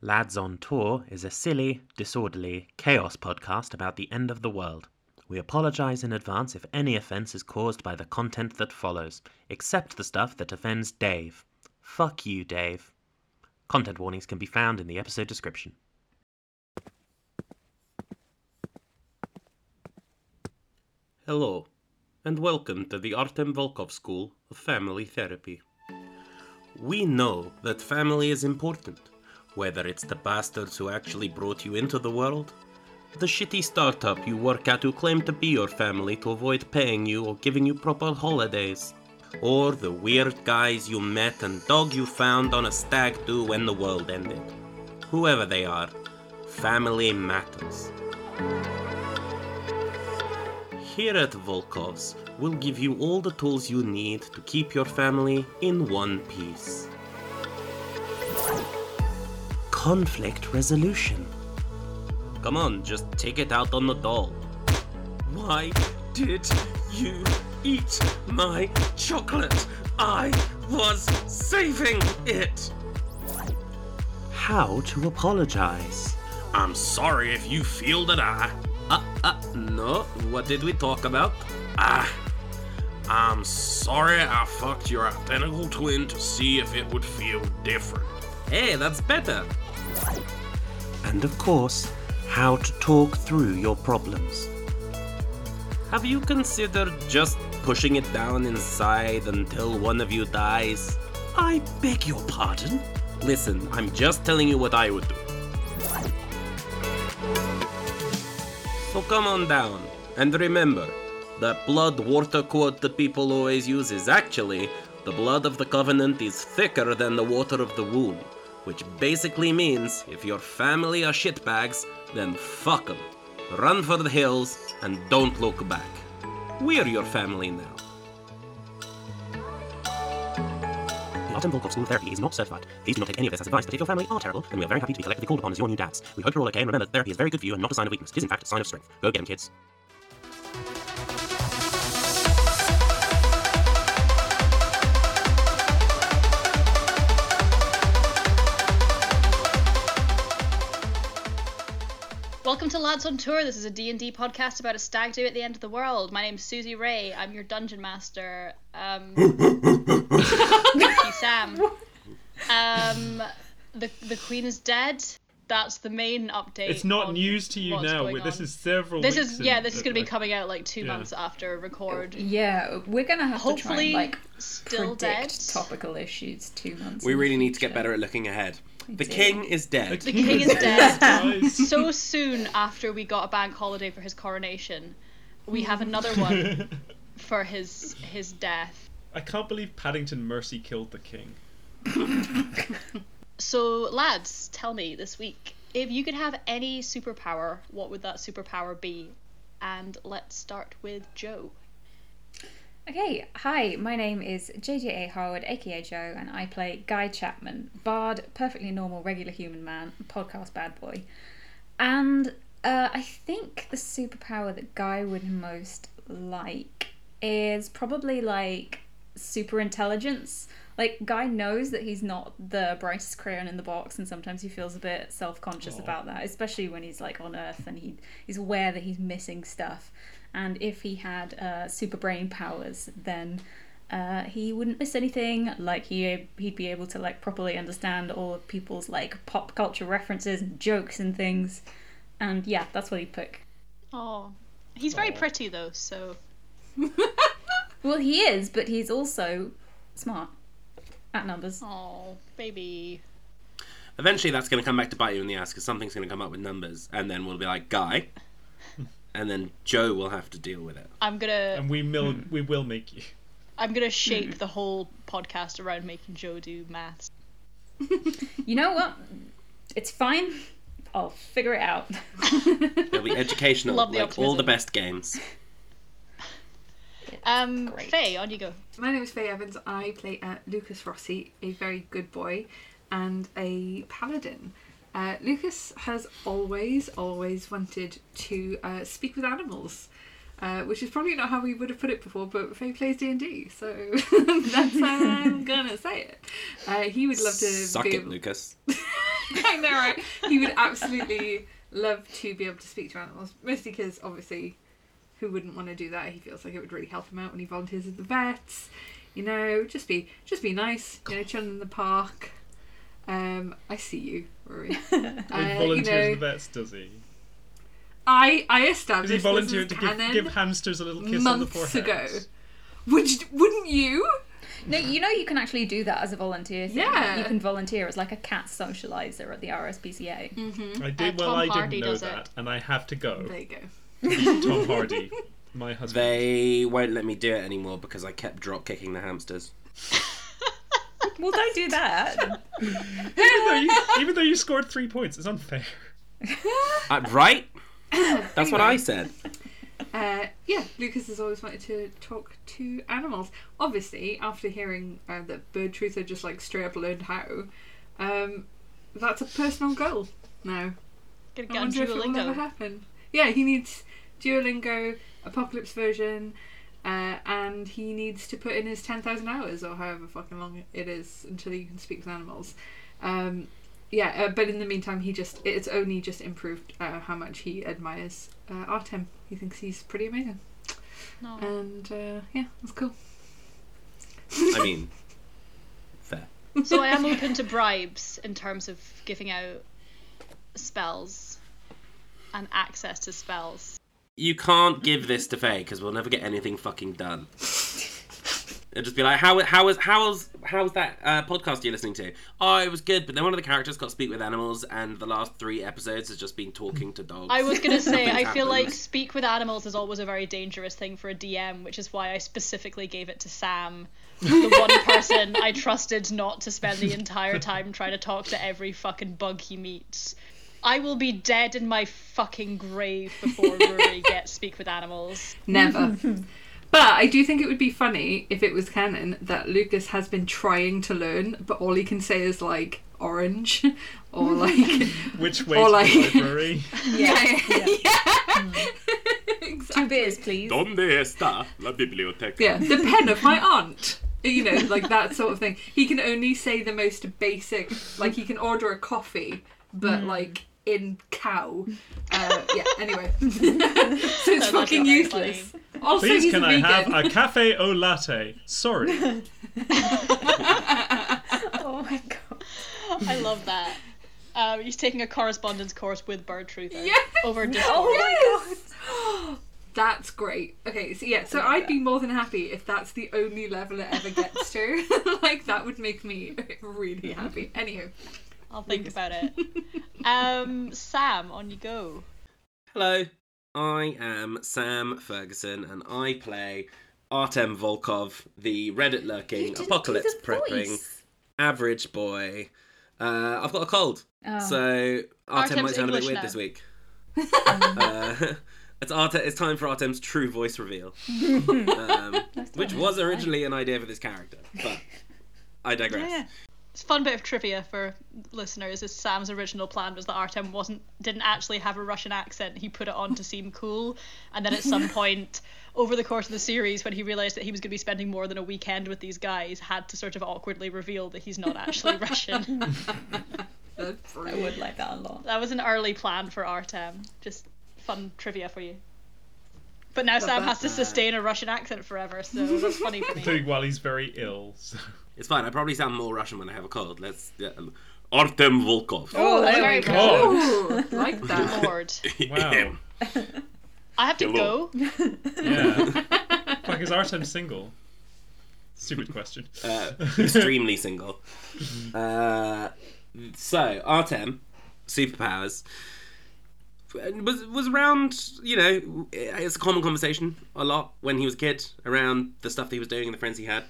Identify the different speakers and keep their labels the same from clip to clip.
Speaker 1: Lads on Tour is a silly, disorderly, chaos podcast about the end of the world. We apologize in advance if any offense is caused by the content that follows, except the stuff that offends Dave. Fuck you, Dave. Content warnings can be found in the episode description.
Speaker 2: Hello, and welcome to the Artem Volkov School of Family Therapy. We know that family is important, whether it's the bastards who actually brought you into the world, the shitty startup you work at who claim to be your family to avoid paying you or giving you proper holidays, or the weird guys you met and dog you found on a stag do when the world ended. Whoever they are, family matters. Here at Volkov's, we'll give you all the tools you need to keep your family in one piece. Conflict resolution. Come on, just take it out on the doll. Why did you eat my chocolate? I was saving it!
Speaker 1: How to apologize.
Speaker 2: I'm sorry if you feel that I. Uh, uh, no. What did we talk about? Ah. I'm sorry I fucked your identical twin to see if it would feel different. Hey, that's better.
Speaker 1: And of course, how to talk through your problems.
Speaker 2: Have you considered just pushing it down inside until one of you dies?
Speaker 1: I beg your pardon?
Speaker 2: Listen, I'm just telling you what I would do. So come on down, and remember, that blood water quote that people always use is actually the blood of the covenant is thicker than the water of the womb, which basically means if your family are shitbags, then fuck 'em, Run for the hills and don't look back. We're your family now.
Speaker 1: The Artem Volkov School of Therapy is not certified. Please do not take any of this as advice, but if your family are terrible, then we are very happy to be collectively called upon as your new dads. We hope you're all okay, and remember that therapy is very good for you and not a sign of weakness. It is, in fact, a sign of strength. Go get 'em, kids.
Speaker 3: Welcome to Lads on Tour. This is a D&D podcast about a stag do at the end of the world. My name's Susie Ray. I'm your dungeon master. Um, thank you, Sam. Um, the the queen is dead. That's the main update.
Speaker 4: It's not
Speaker 3: on
Speaker 4: news to you
Speaker 3: what's
Speaker 4: now.
Speaker 3: going
Speaker 4: This
Speaker 3: on.
Speaker 4: is several.
Speaker 3: This
Speaker 4: weeks
Speaker 3: is
Speaker 4: in
Speaker 3: yeah. This is
Speaker 4: that,
Speaker 3: going to be
Speaker 4: like,
Speaker 3: coming out like two
Speaker 4: yeah.
Speaker 3: months after record.
Speaker 5: Yeah, we're gonna have
Speaker 3: Hopefully,
Speaker 5: to try and, like
Speaker 3: still dead.
Speaker 5: predict topical issues two months.
Speaker 2: We
Speaker 5: in the
Speaker 2: really need to get
Speaker 5: future.
Speaker 2: better at looking ahead. The
Speaker 5: do.
Speaker 2: king is dead.
Speaker 3: The king is dead.
Speaker 4: Guys,
Speaker 3: so soon after we got a bank holiday for his coronation, we have another one for his his death.
Speaker 4: I can't believe Paddington Mercy killed the king.
Speaker 3: So, lads, tell me this week if you could have any superpower, what would that superpower be? And let's start with Joe.
Speaker 5: Okay, hi, my name is JJA Howard, aka Joe, and I play Guy Chapman, bard, perfectly normal, regular human man, podcast bad boy. And uh, I think the superpower that Guy would most like is probably like super intelligence. Like, Guy knows that he's not the brightest crayon in the box, and sometimes he feels a bit self conscious about that, especially when he's like on Earth and he, he's aware that he's missing stuff. And if he had uh, super brain powers, then uh, he wouldn't miss anything. Like he he'd be able to like properly understand all of people's like pop culture references and jokes and things. And yeah, that's what he'd pick.
Speaker 3: Oh, he's very pretty though, so
Speaker 5: Well, he is, but he's also smart at numbers.
Speaker 3: oh, baby.
Speaker 2: Eventually, that's going to come back to bite you in the ass because something's going to come up with numbers, and then we'll be like, Guy. and then Joe will have to deal with it.
Speaker 3: I'm gonna
Speaker 4: And we will, we will make you.
Speaker 3: I'm gonna shape the whole podcast around making Joe do maths.
Speaker 5: You know what? It's fine. I'll figure it out.
Speaker 2: It'll be educational,
Speaker 3: Love the
Speaker 2: like all the
Speaker 3: optimism.
Speaker 2: best games.
Speaker 3: Um,
Speaker 5: Great.
Speaker 3: Faye, on you go.
Speaker 6: My name is Faye Evans. I play uh, Lucas Rossi, a very good boy and a paladin. Uh, Lucas has always, always wanted to uh, speak with animals, uh, which is probably not how we would have put it before. But Faye plays D and D, so that's how I'm gonna say it. Uh, he would love to
Speaker 2: Suck
Speaker 6: be
Speaker 2: it,
Speaker 6: able-
Speaker 2: Lucas.
Speaker 6: I know, right? He would absolutely love to be able to speak to animals, mostly because obviously, who wouldn't want to do that? He feels like it would really help him out when he volunteers at the vets. You know, just be just be nice. You know, chilling in the park. Um, I see you, Rory.
Speaker 4: he
Speaker 6: Uh, you
Speaker 4: volunteers
Speaker 6: know,
Speaker 4: the vets, does he?
Speaker 6: I I
Speaker 4: Is
Speaker 6: established
Speaker 4: he
Speaker 6: this
Speaker 4: volunteering
Speaker 6: as
Speaker 4: to give,
Speaker 6: canon
Speaker 4: give hamsters a little kiss on the
Speaker 6: months
Speaker 4: forehead?
Speaker 6: ago. Would you, wouldn't you?
Speaker 5: No, you know you can actually do that as a volunteer thing. like,
Speaker 6: Yeah.
Speaker 5: You can volunteer as like a cat socializer at the RSPCA.
Speaker 4: I
Speaker 3: Uh,
Speaker 4: did. well,
Speaker 3: Tom
Speaker 4: I didn't
Speaker 3: Hardy
Speaker 4: know
Speaker 3: does it.
Speaker 4: that, and I have to go.
Speaker 6: There you go.
Speaker 4: Tom Hardy, my husband.
Speaker 2: They won't let me do it anymore because I kept drop kicking the hamsters.
Speaker 5: Well, don't do that.
Speaker 4: even, though you, even though you scored three points, it's unfair.
Speaker 2: Uh, right? That's what I said.
Speaker 6: Uh, yeah, Lucas has always wanted to talk to animals. Obviously, after hearing uh, that Bird Truther just like straight up learned how, um, that's a personal goal now.
Speaker 3: Gonna
Speaker 6: I
Speaker 3: get on
Speaker 6: wonder if it will ever
Speaker 3: Duolingo.
Speaker 6: happen. Yeah, he needs Duolingo, Apocalypse version, uh, and he needs to put in his 10,000 hours or however fucking long it is until you can speak with animals. Um, yeah, uh, but in the meantime, he just it's only just improved uh, how much he admires uh, Artem. He thinks he's pretty amazing.
Speaker 3: No.
Speaker 6: And uh, yeah, that's cool.
Speaker 2: I mean, fair.
Speaker 3: So I am open to bribes in terms of giving out spells and access to spells.
Speaker 2: You can't give this to Faye because we'll never get anything fucking done. It'll just be like, how how was how was how was that uh, podcast you're listening to? Oh, it was good, but then one of the characters got to speak with animals, and the last three episodes has just been talking to dogs.
Speaker 3: I was gonna say
Speaker 2: Nothing
Speaker 3: I feel like
Speaker 2: happens.
Speaker 3: speak with animals is always a very dangerous thing for a DM, which is why I specifically gave it to Sam, the one person I trusted not to spend the entire time trying to talk to every fucking bug he meets. I will be dead in my fucking grave before Rory gets speak with animals.
Speaker 6: Never. but I do think it would be funny if it was canon that Lucas has been trying to learn, but all he can say is like orange or like
Speaker 4: Which way
Speaker 6: Or
Speaker 4: to
Speaker 6: like-
Speaker 4: the library?
Speaker 6: yeah, yeah.
Speaker 5: Two
Speaker 6: exactly.
Speaker 5: beers, please.
Speaker 2: ¿Dónde está la biblioteca?
Speaker 6: Yeah, the pen of my aunt. You know, like that sort of thing. He can only say the most basic, like he can order a coffee, but like in cow. Uh, yeah. Anyway, so it's
Speaker 3: That's
Speaker 6: fucking
Speaker 3: very
Speaker 6: useless. Also,
Speaker 4: Please,
Speaker 6: he's
Speaker 4: can
Speaker 6: a
Speaker 4: I
Speaker 6: vegan.
Speaker 4: have a cafe au latte? Sorry,
Speaker 5: Oh my god.
Speaker 3: I love that. Um, he's taking a correspondence course with Bird Truther
Speaker 6: Yes!
Speaker 3: over Discord.
Speaker 5: Oh my
Speaker 6: That's great. Okay, so yeah, so I'd be more than happy if that's the only level it ever gets to. like that would make me really happy. Anywho,
Speaker 3: I'll think about it. Um, Sam, on you go.
Speaker 2: Hello, I am Sam Ferguson, and I play Artem Volkov, the Reddit lurking,
Speaker 5: didn't
Speaker 2: apocalypse
Speaker 5: do the
Speaker 2: prepping,
Speaker 5: voice.
Speaker 2: average boy. Uh, I've got a cold,
Speaker 5: Oh.
Speaker 2: so Artem
Speaker 3: Artem's
Speaker 2: might sound a
Speaker 3: English
Speaker 2: bit weird
Speaker 3: now.
Speaker 2: this week. uh, it's Artem. It's time for Artem's true voice reveal, um, which was originally an idea for this character, but I digress.
Speaker 3: It's a fun bit of trivia for listeners is Sam's original plan was that Artem wasn't didn't actually have a Russian accent. He put it on to seem cool, and then at some point over the course of the series, when he realized that he was going to be spending more than a weekend with these guys, had to sort of awkwardly reveal that he's not actually Russian.
Speaker 6: that's
Speaker 5: I
Speaker 6: brilliant.
Speaker 5: would like that a lot.
Speaker 3: That was an early plan for Artem. Just fun trivia for you. But now Sam has to sustain a Russian accent forever, so that's funny for me.
Speaker 4: doing while he's very ill. So.
Speaker 2: It's fine. I probably sound more Russian when I have a cold. Let's yeah. Artem Volkov.
Speaker 5: Oh,
Speaker 3: that's
Speaker 5: there
Speaker 3: very
Speaker 5: we go.
Speaker 3: good.
Speaker 6: Ooh, like that.
Speaker 3: Lord.
Speaker 4: Wow.
Speaker 3: I have to
Speaker 2: Hello.
Speaker 3: go.
Speaker 4: Yeah. Fuck, is Artem single? Stupid question.
Speaker 2: uh, extremely single. Uh, so Artem, superpowers. Was was around, you know, it's a common conversation a lot when he was a kid around the stuff that he was doing and the friends he had.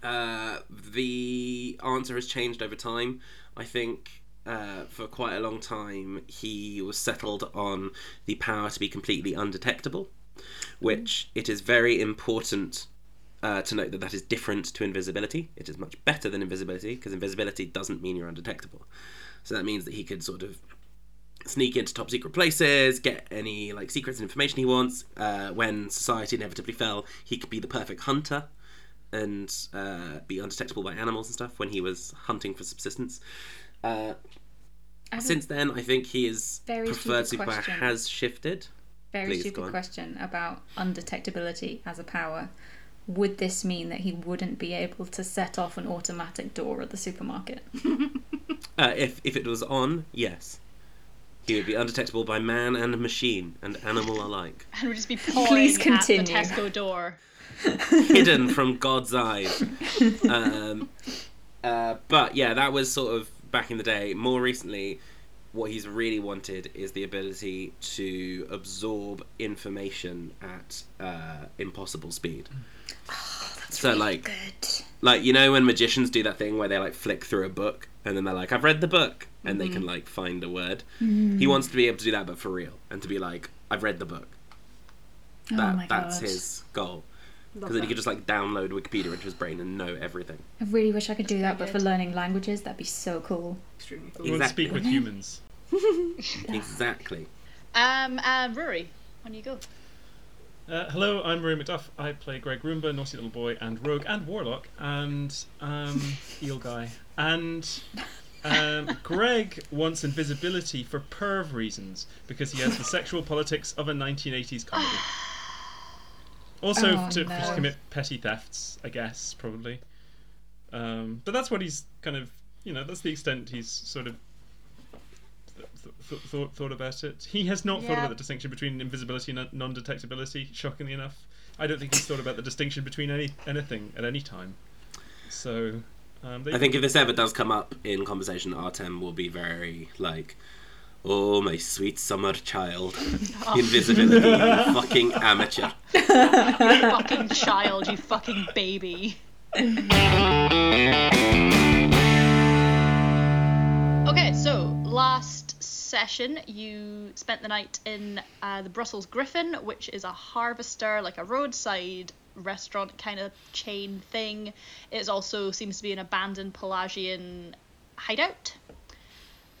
Speaker 2: Uh, the answer has changed over time. I think uh, for quite a long time he was settled on the power to be completely undetectable, which it is very important uh, to note that that is different to invisibility. It is much better than invisibility because invisibility doesn't mean you're undetectable. So that means that he could sort of sneak into top secret places, get any like secrets and information he wants. Uh, when society inevitably fell, he could be the perfect hunter and uh, be undetectable by animals and stuff when he was hunting for subsistence. Uh,
Speaker 5: have a
Speaker 2: Since then, I think he is
Speaker 5: Mm-hmm. Very
Speaker 2: preferred
Speaker 5: stupid
Speaker 2: superpower
Speaker 5: question.
Speaker 2: has shifted.
Speaker 5: very
Speaker 2: please, go
Speaker 5: stupid
Speaker 2: on.
Speaker 5: question about undetectability as a power. Would this mean that he wouldn't be able to set off an automatic door at the supermarket?
Speaker 2: Uh, if if it was on, yes, he would be undetectable by man and machine and animal alike,
Speaker 3: and would just be pouring
Speaker 5: Please
Speaker 3: at the
Speaker 5: continue.
Speaker 3: Tesco door.
Speaker 2: hidden from God's eyes. Um, uh, but yeah, that was sort of back in the day. More recently, what he's really wanted is the ability to absorb information at uh, impossible speed. so like
Speaker 5: Good.
Speaker 2: like you know when magicians do that thing where they like flick through a book and then they're like i've read the book and they
Speaker 5: Mm-hmm.
Speaker 2: can like find a word he wants to be able to do that but for real and to be like i've read the book
Speaker 5: Oh
Speaker 2: that,
Speaker 5: my
Speaker 2: that's
Speaker 5: God.
Speaker 2: his goal
Speaker 6: Love
Speaker 2: because then he
Speaker 6: that.
Speaker 2: could just like download wikipedia into his brain and know everything
Speaker 5: I really wish I could do that, but for
Speaker 3: good.
Speaker 5: learning languages, that'd be so cool.
Speaker 6: Extremely cool.
Speaker 4: We'll
Speaker 2: Exactly.
Speaker 4: speak with humans.
Speaker 2: exactly
Speaker 3: Um, uh, Rory, on you go.
Speaker 4: Uh, hello, I'm Rory McDuff. I play Greg Roomba, naughty little boy, and rogue, and warlock, and um, eel guy. And um, Greg wants invisibility for perv reasons because he has the sexual politics of a 1980s comedy. Also,
Speaker 5: Oh,
Speaker 4: to,
Speaker 5: no.
Speaker 4: to commit petty thefts, I guess, probably. Um, but that's what he's kind of, you know, that's the extent he's sort of th- th- thought thought about it. He has not thought
Speaker 3: Yeah.
Speaker 4: about the distinction between invisibility and non detectability. Shockingly enough, I don't think he's thought about the distinction between any anything at any time. So, um, they,
Speaker 2: I think if this ever does come up in conversation, Artem will be very like, "Oh, my sweet summer child, invisibility, you fucking amateur."
Speaker 3: fucking child, you fucking baby. okay, so last session you spent the night in uh, the Brussels Griffin, which is a harvester, like a roadside restaurant kind of chain thing. It also seems to be an abandoned Pelagian hideout.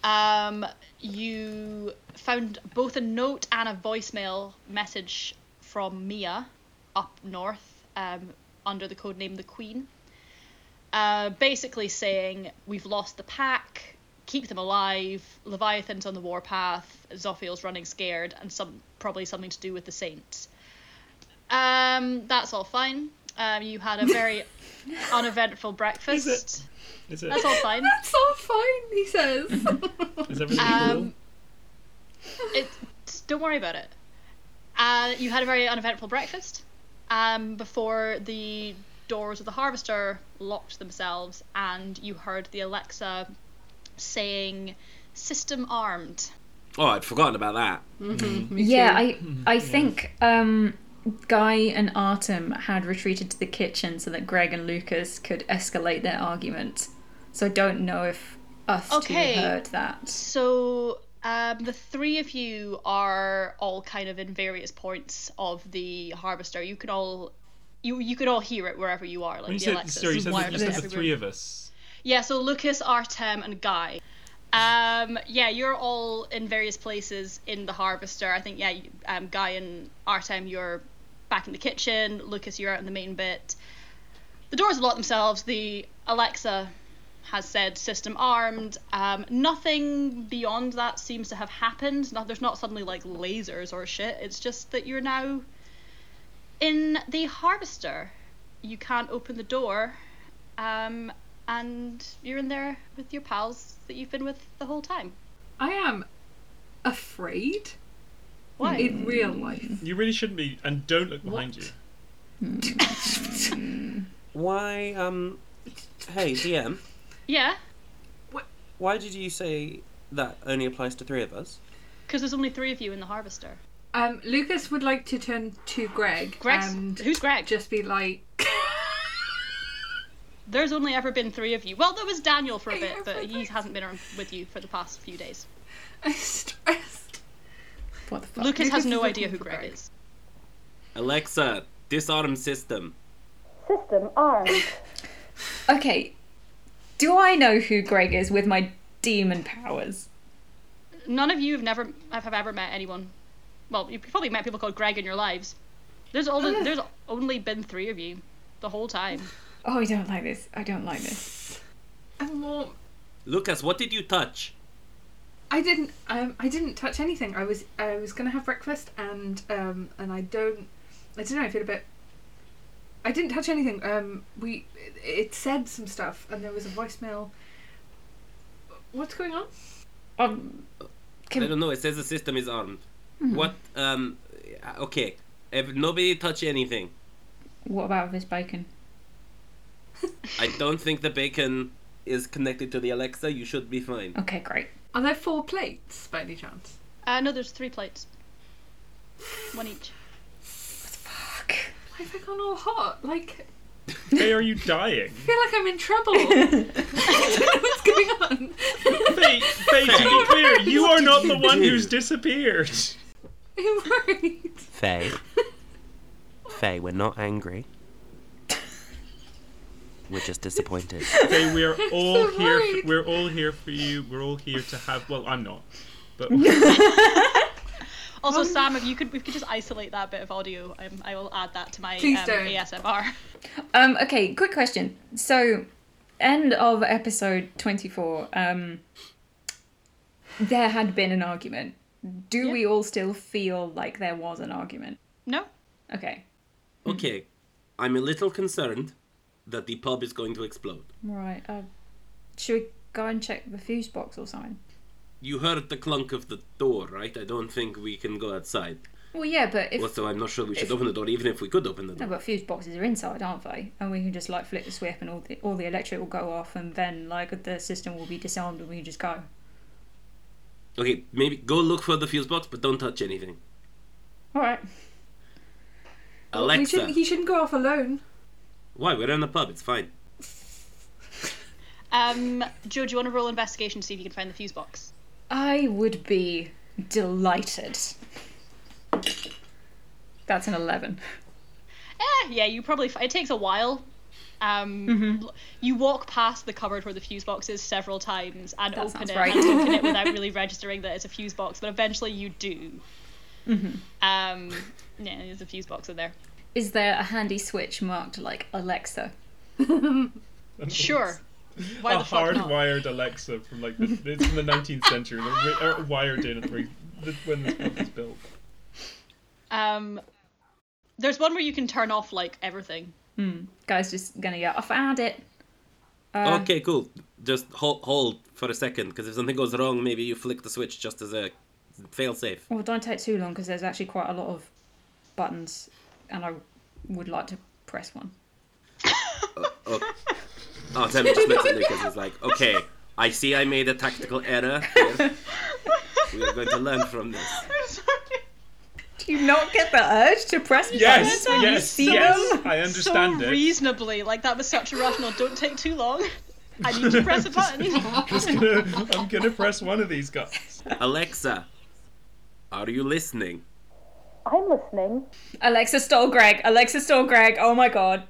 Speaker 3: Um, you found both a note and a voicemail message from Mia up north um, under the codename The Queen, uh, basically saying, We've lost the pack, keep them alive, Leviathan's on the warpath, Zophiel's running scared, and some probably something to do with the Saints. Um, that's all fine. Um, you had a very uneventful breakfast.
Speaker 4: is it
Speaker 3: That's all fine.
Speaker 6: That's all fine, he says.
Speaker 4: is everything
Speaker 3: Um, it's, don't worry about it. Uh, you had a very uneventful breakfast um, before the doors of the harvester locked themselves and you heard the Alexa saying, System armed.
Speaker 2: Oh, I'd forgotten about that.
Speaker 5: Yeah, I I think um, Guy and Artem had retreated to the kitchen so that Greg and Lucas could escalate their argument. So I don't know if us
Speaker 3: Okay.
Speaker 5: two heard that.
Speaker 3: So um, the three of you are all kind of in various points of the harvester. You can all. You, you could all hear it wherever you are, like
Speaker 4: When you
Speaker 3: the
Speaker 4: said,
Speaker 3: Alexa.
Speaker 4: sorry, you said, that- you
Speaker 3: wireless
Speaker 4: said the
Speaker 3: everywhere.
Speaker 4: three of us.
Speaker 3: Yeah, so Lucas, Artem, and Guy. Um, yeah, you're all in various places in the Harvester. I think, yeah, you- um, Guy and Artem, you're back in the kitchen. Lucas, you're out in the main bit. The doors have locked themselves. The Alexa has said system armed. Um, nothing beyond that seems to have happened. No, there's not suddenly like lasers or shit. It's just that you're now in the Harvester. You can't open the door. Um, and you're in there with your pals that you've been with the whole time.
Speaker 6: I am afraid
Speaker 3: Why?
Speaker 6: in real life.
Speaker 4: You really shouldn't be, and don't look behind you.
Speaker 2: Why? Um, hey, DM,
Speaker 3: Yeah,
Speaker 2: why did you say that only applies to three of us?
Speaker 3: because there's only three of you in the harvester.
Speaker 6: Um, Lucas would like to turn to Greg
Speaker 3: Greg's
Speaker 6: and
Speaker 3: who's Greg?
Speaker 6: just be like,
Speaker 3: There's only ever been three of you. Well, there was Daniel for a
Speaker 6: Hey,
Speaker 3: bit, but he
Speaker 6: everybody's-
Speaker 3: hasn't been ar- with you for the past few days.
Speaker 6: I'm stressed.
Speaker 5: What the fuck?
Speaker 3: Lucas,
Speaker 6: Lucas
Speaker 3: has
Speaker 6: is
Speaker 3: no
Speaker 6: looking
Speaker 3: idea who
Speaker 6: for
Speaker 3: Greg,
Speaker 6: Greg.
Speaker 3: is.
Speaker 2: Alexa, disarm system.
Speaker 7: System armed.
Speaker 5: Okay. Do I know who Greg is with my demon powers?
Speaker 3: None of you have never have, have ever met anyone. Well, you've probably met people called Greg in your lives. There's only there's only been three of you the whole time.
Speaker 5: Oh, I don't like this. I don't like this.
Speaker 6: I'm more
Speaker 2: Lucas, what did you touch?
Speaker 6: I didn't. Um, I didn't touch anything. I was. I was gonna have breakfast, and um, and I don't. I don't know. I feel a bit. I didn't touch anything. Um, we. It said some stuff, and there was a voicemail. What's going on?
Speaker 5: Um,
Speaker 2: I
Speaker 5: can,
Speaker 2: don't know. It says the system is armed. What? Um. Okay. If nobody touch anything,
Speaker 5: what about this bacon?
Speaker 2: I don't think the bacon is connected to the Alexa. You should be fine.
Speaker 5: Okay, great.
Speaker 6: Are there four plates by any chance?
Speaker 3: Uh, no, there's three plates. One each.
Speaker 5: Fuck.
Speaker 6: Why have I gone all hot? Like,
Speaker 4: Faye, are you dying?
Speaker 6: I feel like I'm in trouble. I don't know what's going on?
Speaker 4: Faye, Faye, to be clear, you are not the one who's disappeared.
Speaker 6: I'm worried.
Speaker 2: Faye. Faye, we're not angry. We're just disappointed.
Speaker 4: Faye, we are all
Speaker 6: so
Speaker 4: here.
Speaker 6: worried.
Speaker 4: we're all here for you. We're all here to have. Well, I'm not, but
Speaker 5: Um,
Speaker 3: Also, Sam, if you could, we could just isolate that bit of audio. Um, I will add that to my um,
Speaker 6: Please don't.
Speaker 3: ASMR.
Speaker 5: Um, okay, quick question. So, end of episode 24, um, there had been an argument. Do we all still feel like there was an argument?
Speaker 3: No,
Speaker 5: Okay,
Speaker 2: Okay. I'm a little concerned that the pub is going to explode.
Speaker 5: right. Uh, should we go and check the fuse box or something?
Speaker 2: You heard the clunk of the door, right? I don't think we can go outside.
Speaker 5: Well, yeah, but if.
Speaker 2: Also, I'm not sure we should open the door, even if we could open the
Speaker 5: No,
Speaker 2: door.
Speaker 5: but fuse boxes are inside, aren't they? And we can just like flick the switch, and all the all the electric will go off, and then like the system will be disarmed, and we can just go.
Speaker 2: Okay, maybe go look for the fuse box, but don't touch anything.
Speaker 5: All right.
Speaker 6: Oh, We
Speaker 2: Alexa,
Speaker 6: shouldn't, he shouldn't go off alone.
Speaker 2: why? We're in the pub. It's fine.
Speaker 3: Um, Joe, do you want to roll investigation to see if you can find the fuse box?
Speaker 5: I would be delighted. That's an 11.
Speaker 3: Eh, yeah, you probably. F- it takes a while. Um,
Speaker 5: Mm-hmm.
Speaker 3: l- you walk past the cupboard where the fuse box is several times and
Speaker 5: That
Speaker 3: open
Speaker 5: sounds
Speaker 3: it
Speaker 5: right.
Speaker 3: and open it without really registering that it's a fuse box, but eventually you do.
Speaker 5: Mm-hmm.
Speaker 3: Um, yeah, there's a fuse box in there.
Speaker 5: Is there a handy switch marked like Alexa?
Speaker 3: Sure. Why
Speaker 4: a
Speaker 3: the fuck not?
Speaker 4: hardwired Alexa from like the, it's from the 19th century, the, ri- uh, wired in at the, re- the, when this book was built.
Speaker 3: Um, there's one where you can turn off like everything.
Speaker 5: Guy's just gonna go, I found it. Uh,
Speaker 2: okay, cool. Just hold, hold for a second, because if something goes wrong, maybe you flick the switch just as a failsafe.
Speaker 5: Well, don't take too long because there's actually quite a lot of buttons and I would like to press one.
Speaker 2: Oh, Sam just looks at Lucas and is like, okay, I see I made a tactical error. Here. We are going to learn from this.
Speaker 5: Do you not get the urge to press
Speaker 4: Yes,
Speaker 5: buttons when you
Speaker 4: yes,
Speaker 5: see
Speaker 4: yes.
Speaker 5: them?
Speaker 4: I understand
Speaker 3: so
Speaker 4: it.
Speaker 3: reasonably, like that was such a rational. Don't take too long. I need to press a button.
Speaker 4: Just gonna- I'm gonna press one of these guys.
Speaker 2: Alexa, are you listening?
Speaker 8: I'm listening.
Speaker 5: Alexa stole Greg. Alexa stole Greg. Oh my god.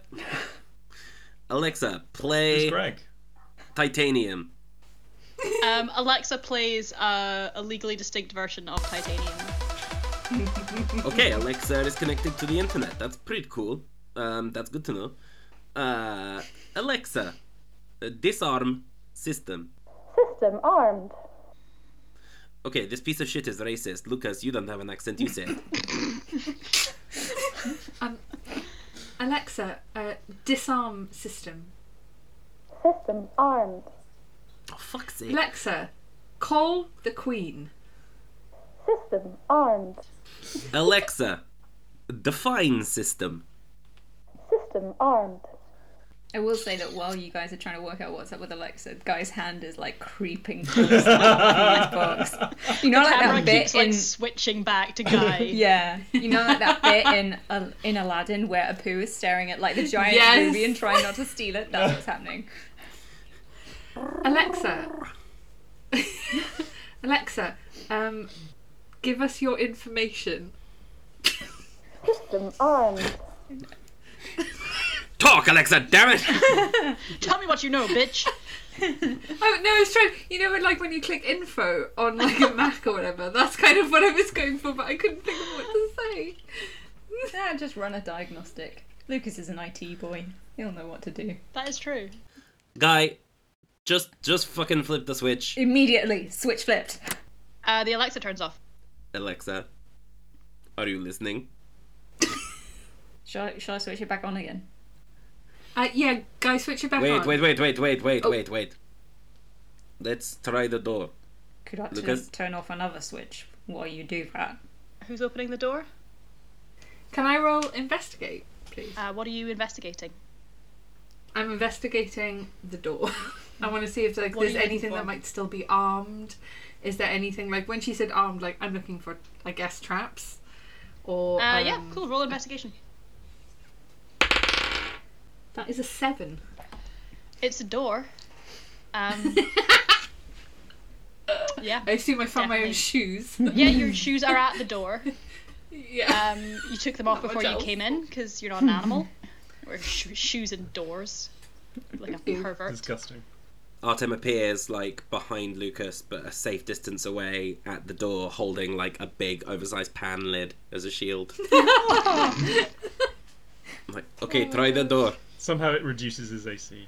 Speaker 2: Alexa,
Speaker 4: It's
Speaker 2: play
Speaker 4: Greg.
Speaker 2: Titanium.
Speaker 3: Um, Alexa plays uh, a legally distinct version of Titanium.
Speaker 2: Okay, Alexa is connected to the internet. That's pretty cool. Um, that's good to know. Uh, Alexa, uh, disarm system.
Speaker 8: System armed.
Speaker 2: Okay, this piece of shit is racist. Lucas, you don't have an accent, you say. it.
Speaker 6: Um, Alexa, uh, disarm system.
Speaker 8: System armed.
Speaker 2: oh, fuck's sake.
Speaker 6: Alexa, call the Queen.
Speaker 8: System armed.
Speaker 2: Alexa, define system.
Speaker 8: System armed.
Speaker 5: I will say that while you guys are trying to work out what's up with Alexa, guy's hand is like creeping through the box. You know, like
Speaker 3: Camera
Speaker 5: that bit
Speaker 3: keeps
Speaker 5: in
Speaker 3: like switching back to Guy.
Speaker 5: yeah, you know, like that bit in Al- in Aladdin where Apu is staring at like the giant
Speaker 6: Yes.
Speaker 5: ruby and trying not to steal it. That's what's happening.
Speaker 6: Alexa, Alexa, um, give us your information.
Speaker 8: System armed.
Speaker 2: Talk, Alexa, damn it!
Speaker 3: Tell me what you know, bitch.
Speaker 6: Oh no, it's true. You know, when, like when you click info on like a Mac or whatever, that's kind of what I was going for, but I couldn't think of what to say.
Speaker 5: Yeah, just run a diagnostic. Lucas is an IT boy. He'll know what to do
Speaker 3: That is true.
Speaker 2: Guy, just just fucking flip the switch.
Speaker 5: immediately. Switch flipped.
Speaker 3: Uh, the Alexa turns off.
Speaker 2: Alexa, are you listening?
Speaker 5: Shall I, shall I switch it back on again?
Speaker 6: Uh, yeah, guys, switch it back
Speaker 2: Wait,
Speaker 6: on.
Speaker 2: wait, wait, wait, wait, wait,
Speaker 6: Oh.
Speaker 2: wait, wait. Let's try the door.
Speaker 5: Could actually
Speaker 2: Lucas?
Speaker 5: turn off another switch while you do that.
Speaker 3: Who's opening the door?
Speaker 6: Can I roll investigate, please?
Speaker 3: Uh, what are you investigating?
Speaker 6: I'm investigating the door. I want to see if like
Speaker 3: What are
Speaker 6: there's
Speaker 3: you looking
Speaker 6: anything
Speaker 3: for?
Speaker 6: that might still be armed. Is there anything like when she said armed? Like I'm looking for, I guess, traps. Or
Speaker 3: Uh, yeah,
Speaker 6: um,
Speaker 3: cool. Roll investigation.
Speaker 6: That is a seven.
Speaker 3: It's a door. Um, yeah.
Speaker 6: I assume I found my
Speaker 3: Definitely.
Speaker 6: own shoes.
Speaker 3: Yeah, your shoes are at the door.
Speaker 6: yeah.
Speaker 3: Um, you took them off
Speaker 6: Not much
Speaker 3: before you
Speaker 6: else.
Speaker 3: came in because you're not an
Speaker 5: Hmm.
Speaker 3: animal. Or sho shoes and doors. Like a
Speaker 6: Ew.
Speaker 3: pervert.
Speaker 4: Disgusting.
Speaker 2: Artem appears like behind Lucas, but a safe distance away at the door, holding like a big oversized pan lid as a shield. I'm like, okay, try the door.
Speaker 4: Somehow it reduces his AC.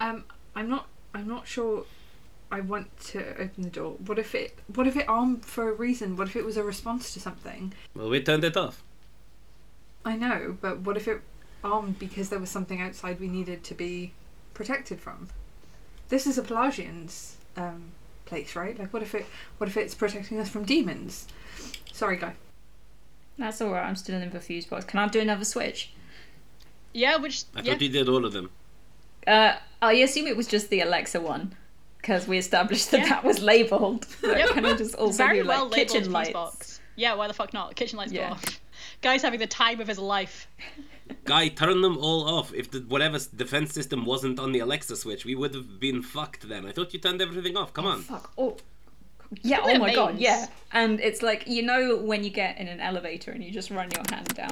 Speaker 6: Um, I'm not. I'm not sure. I want to open the door. What if it? What if it armed for a reason? What if it was a response to something?
Speaker 2: Well, we turned it off.
Speaker 6: I know, but what if it armed because there was something outside we needed to be protected from? This is a Pelagian's um, place, right? Like, what if it? What if it's protecting us from demons? Sorry, guy.
Speaker 5: That's alright, I'm still in the refuse box. Can I do another switch?
Speaker 3: Yeah, which.
Speaker 2: I
Speaker 3: Yeah.
Speaker 2: thought you did all of them.
Speaker 5: Uh, I assume it was just the Alexa one, because we established that
Speaker 3: Yeah.
Speaker 5: that was labelled. But
Speaker 3: Yep.
Speaker 5: Can I just also
Speaker 3: Very
Speaker 5: do like
Speaker 3: well labeled
Speaker 5: kitchen lights?
Speaker 3: fuse box. Yeah, why the fuck not? Kitchen lights
Speaker 5: Yeah.
Speaker 3: go off. Guy's having the time of his life.
Speaker 2: Guy, turn them all off. If the whatever s- defense system wasn't on the Alexa switch, we would have been fucked then. I thought you turned everything off. Come on.
Speaker 5: Fuck. Oh. Yeah,
Speaker 3: Look
Speaker 5: oh
Speaker 3: at
Speaker 5: my
Speaker 3: the
Speaker 5: god,
Speaker 3: veins.
Speaker 5: yeah. And it's like, you know, when you get in an elevator and you just run your hand down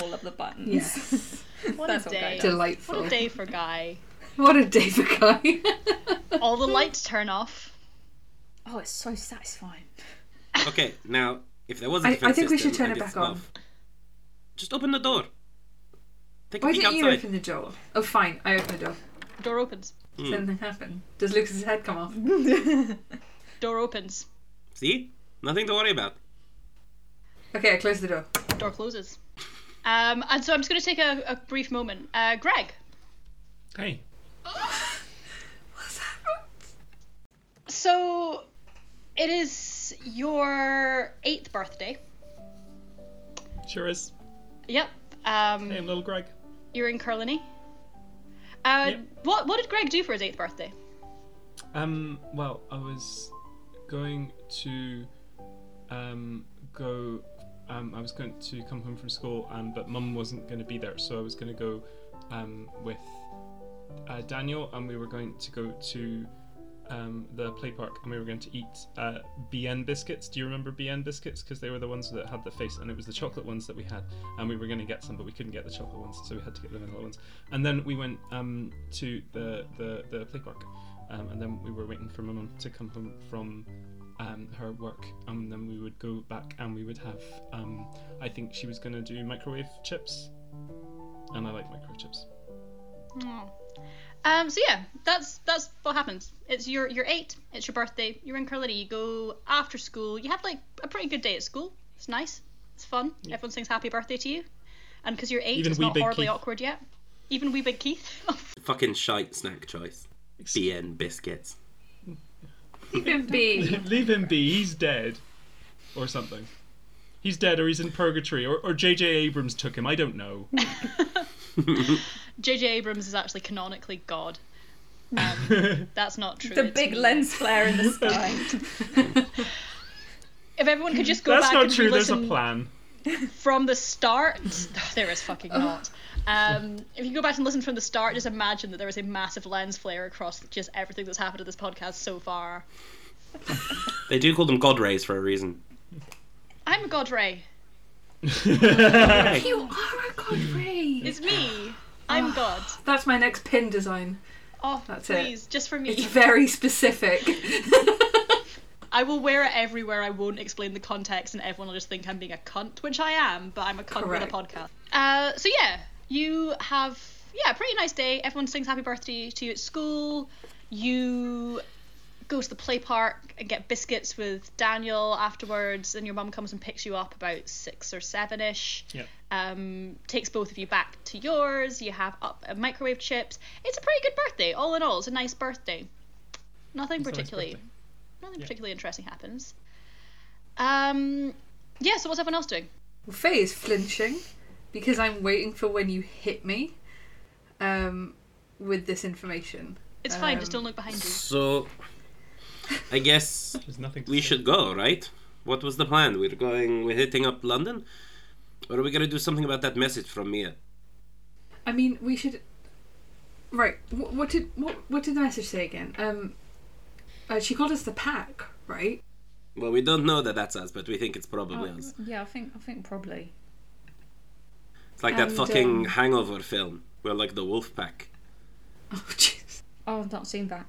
Speaker 5: all of the buttons.
Speaker 3: What
Speaker 5: That's
Speaker 3: a
Speaker 5: what Guy
Speaker 3: day.
Speaker 5: does.
Speaker 6: Delightful.
Speaker 3: What a day for Guy.
Speaker 6: What a day for guy.
Speaker 3: All the lights turn off.
Speaker 5: Oh, it's so satisfying.
Speaker 2: Okay, now if there was a
Speaker 6: I- I
Speaker 2: defense
Speaker 6: think we should
Speaker 2: system
Speaker 6: turn
Speaker 2: and
Speaker 6: it
Speaker 2: it's
Speaker 6: back on.
Speaker 2: off, Just open the door. Take a
Speaker 6: Why
Speaker 2: peek
Speaker 6: didn't you
Speaker 2: outside.
Speaker 6: open the door? Oh, fine. I open the door.
Speaker 3: Door opens.
Speaker 6: Does anything happen? Does Lucas's head come off?
Speaker 3: Door opens.
Speaker 2: See, nothing to worry about.
Speaker 6: Okay, I close the door.
Speaker 3: Door closes. Um, and so I'm just going to take a, a brief moment. Uh, Greg,
Speaker 4: Hey.
Speaker 6: What's happened?
Speaker 3: so it is your eighth birthday.
Speaker 4: Sure is.
Speaker 3: Yep. Um,
Speaker 4: Hey, I'm little Greg.
Speaker 3: You're in Curliny. Uh,
Speaker 4: Yep.
Speaker 3: What What did Greg do for his eighth birthday?
Speaker 4: Um, well, I was going to um, go. Um, I was going to come home from school, and but Mum wasn't going to be there, so I was going to go um, with uh, Daniel, and we were going to go to um, the play park, and we were going to eat uh, BN biscuits. Do you remember BN biscuits? Because they were the ones that had the face, and it was the chocolate ones that we had, and we were going to get some, but we couldn't get the chocolate ones, so we had to get the vanilla ones. And then we went um, to the, the the play park, um, and then we were waiting for my mum to come home from um, her work, and then we would go back and we would have. Um, I think she was going to do microwave chips, and I like microchips.
Speaker 3: Oh. Um, so yeah, that's that's what happens. It's your you're eight. It's your birthday. You're in Curliny. You go after school. You have like a pretty good day at school. It's nice. It's fun. Everyone sings happy birthday to you. And because you're eight,
Speaker 4: Even
Speaker 3: it's
Speaker 4: wee
Speaker 3: not
Speaker 4: big
Speaker 3: horribly
Speaker 4: Keith.
Speaker 3: awkward yet. Even wee big Keith.
Speaker 2: Fucking shite snack choice. BN biscuits.
Speaker 6: Even be.
Speaker 4: Leave him be. He's dead, or something. He's dead, or he's in purgatory, or or J.J. Abrams took him. I don't know.
Speaker 3: J.J. Abrams is actually canonically God. Um, that's not true.
Speaker 5: The
Speaker 3: It's
Speaker 5: big
Speaker 3: me.
Speaker 5: lens flare in the sky.
Speaker 3: If everyone could just go
Speaker 4: That's
Speaker 3: back
Speaker 4: not
Speaker 3: and
Speaker 4: true. There's a
Speaker 3: re-listen-
Speaker 4: plan.
Speaker 3: from the start, there is fucking not. Um, if you go back and listen from the start, just imagine that there was a massive lens flare across just everything that's happened to this podcast so far.
Speaker 2: They do call them god rays for a reason.
Speaker 3: I'm a god ray.
Speaker 6: You are a god ray.
Speaker 3: It's me. I'm God.
Speaker 6: That's my next pin design.
Speaker 3: Oh,
Speaker 6: Oh. That's it.
Speaker 3: please, just for
Speaker 6: It's
Speaker 3: me.
Speaker 6: very specific.
Speaker 3: I will wear it everywhere. I won't explain the context, and everyone will just think I'm being a cunt, which I am. But I'm a cunt with
Speaker 6: Correct.
Speaker 3: a podcast. Uh, so yeah, you have yeah, pretty nice day. Everyone sings happy birthday to you at school. You go to the play park and get biscuits with Daniel afterwards, and your mum comes and picks you up about six or seven ish.
Speaker 4: Yeah.
Speaker 3: Um, takes both of you back to yours. You have up uh, microwave chips. It's a pretty good birthday, all in all. It's a nice birthday. Nothing
Speaker 4: It's a nice
Speaker 3: particularly,
Speaker 4: birthday.
Speaker 3: nothing
Speaker 4: Yeah.
Speaker 3: particularly interesting happens. Um, yeah. So what's everyone else doing?
Speaker 6: Faye is flinching because I'm waiting for when you hit me um, with this information.
Speaker 3: It's fine. Just
Speaker 6: Um,
Speaker 3: don't look behind you.
Speaker 2: So, I guess
Speaker 4: There's nothing. To
Speaker 2: we
Speaker 4: say.
Speaker 2: should go, right? What was the plan? We're going, we're hitting up London? Or are we going to do something about that message from Mia?
Speaker 6: I mean, we should. Right. What, what did what what did the message say again? Um, uh, she called us the pack, right?
Speaker 2: Well, we don't know that that's us, but we think it's probably
Speaker 6: Oh,
Speaker 2: us.
Speaker 5: yeah, I think I think probably.
Speaker 2: It's like that
Speaker 6: And,
Speaker 2: fucking
Speaker 6: um,
Speaker 2: hangover film. We're like the wolf pack.
Speaker 6: Oh jeez.
Speaker 5: Oh, I've not seen that.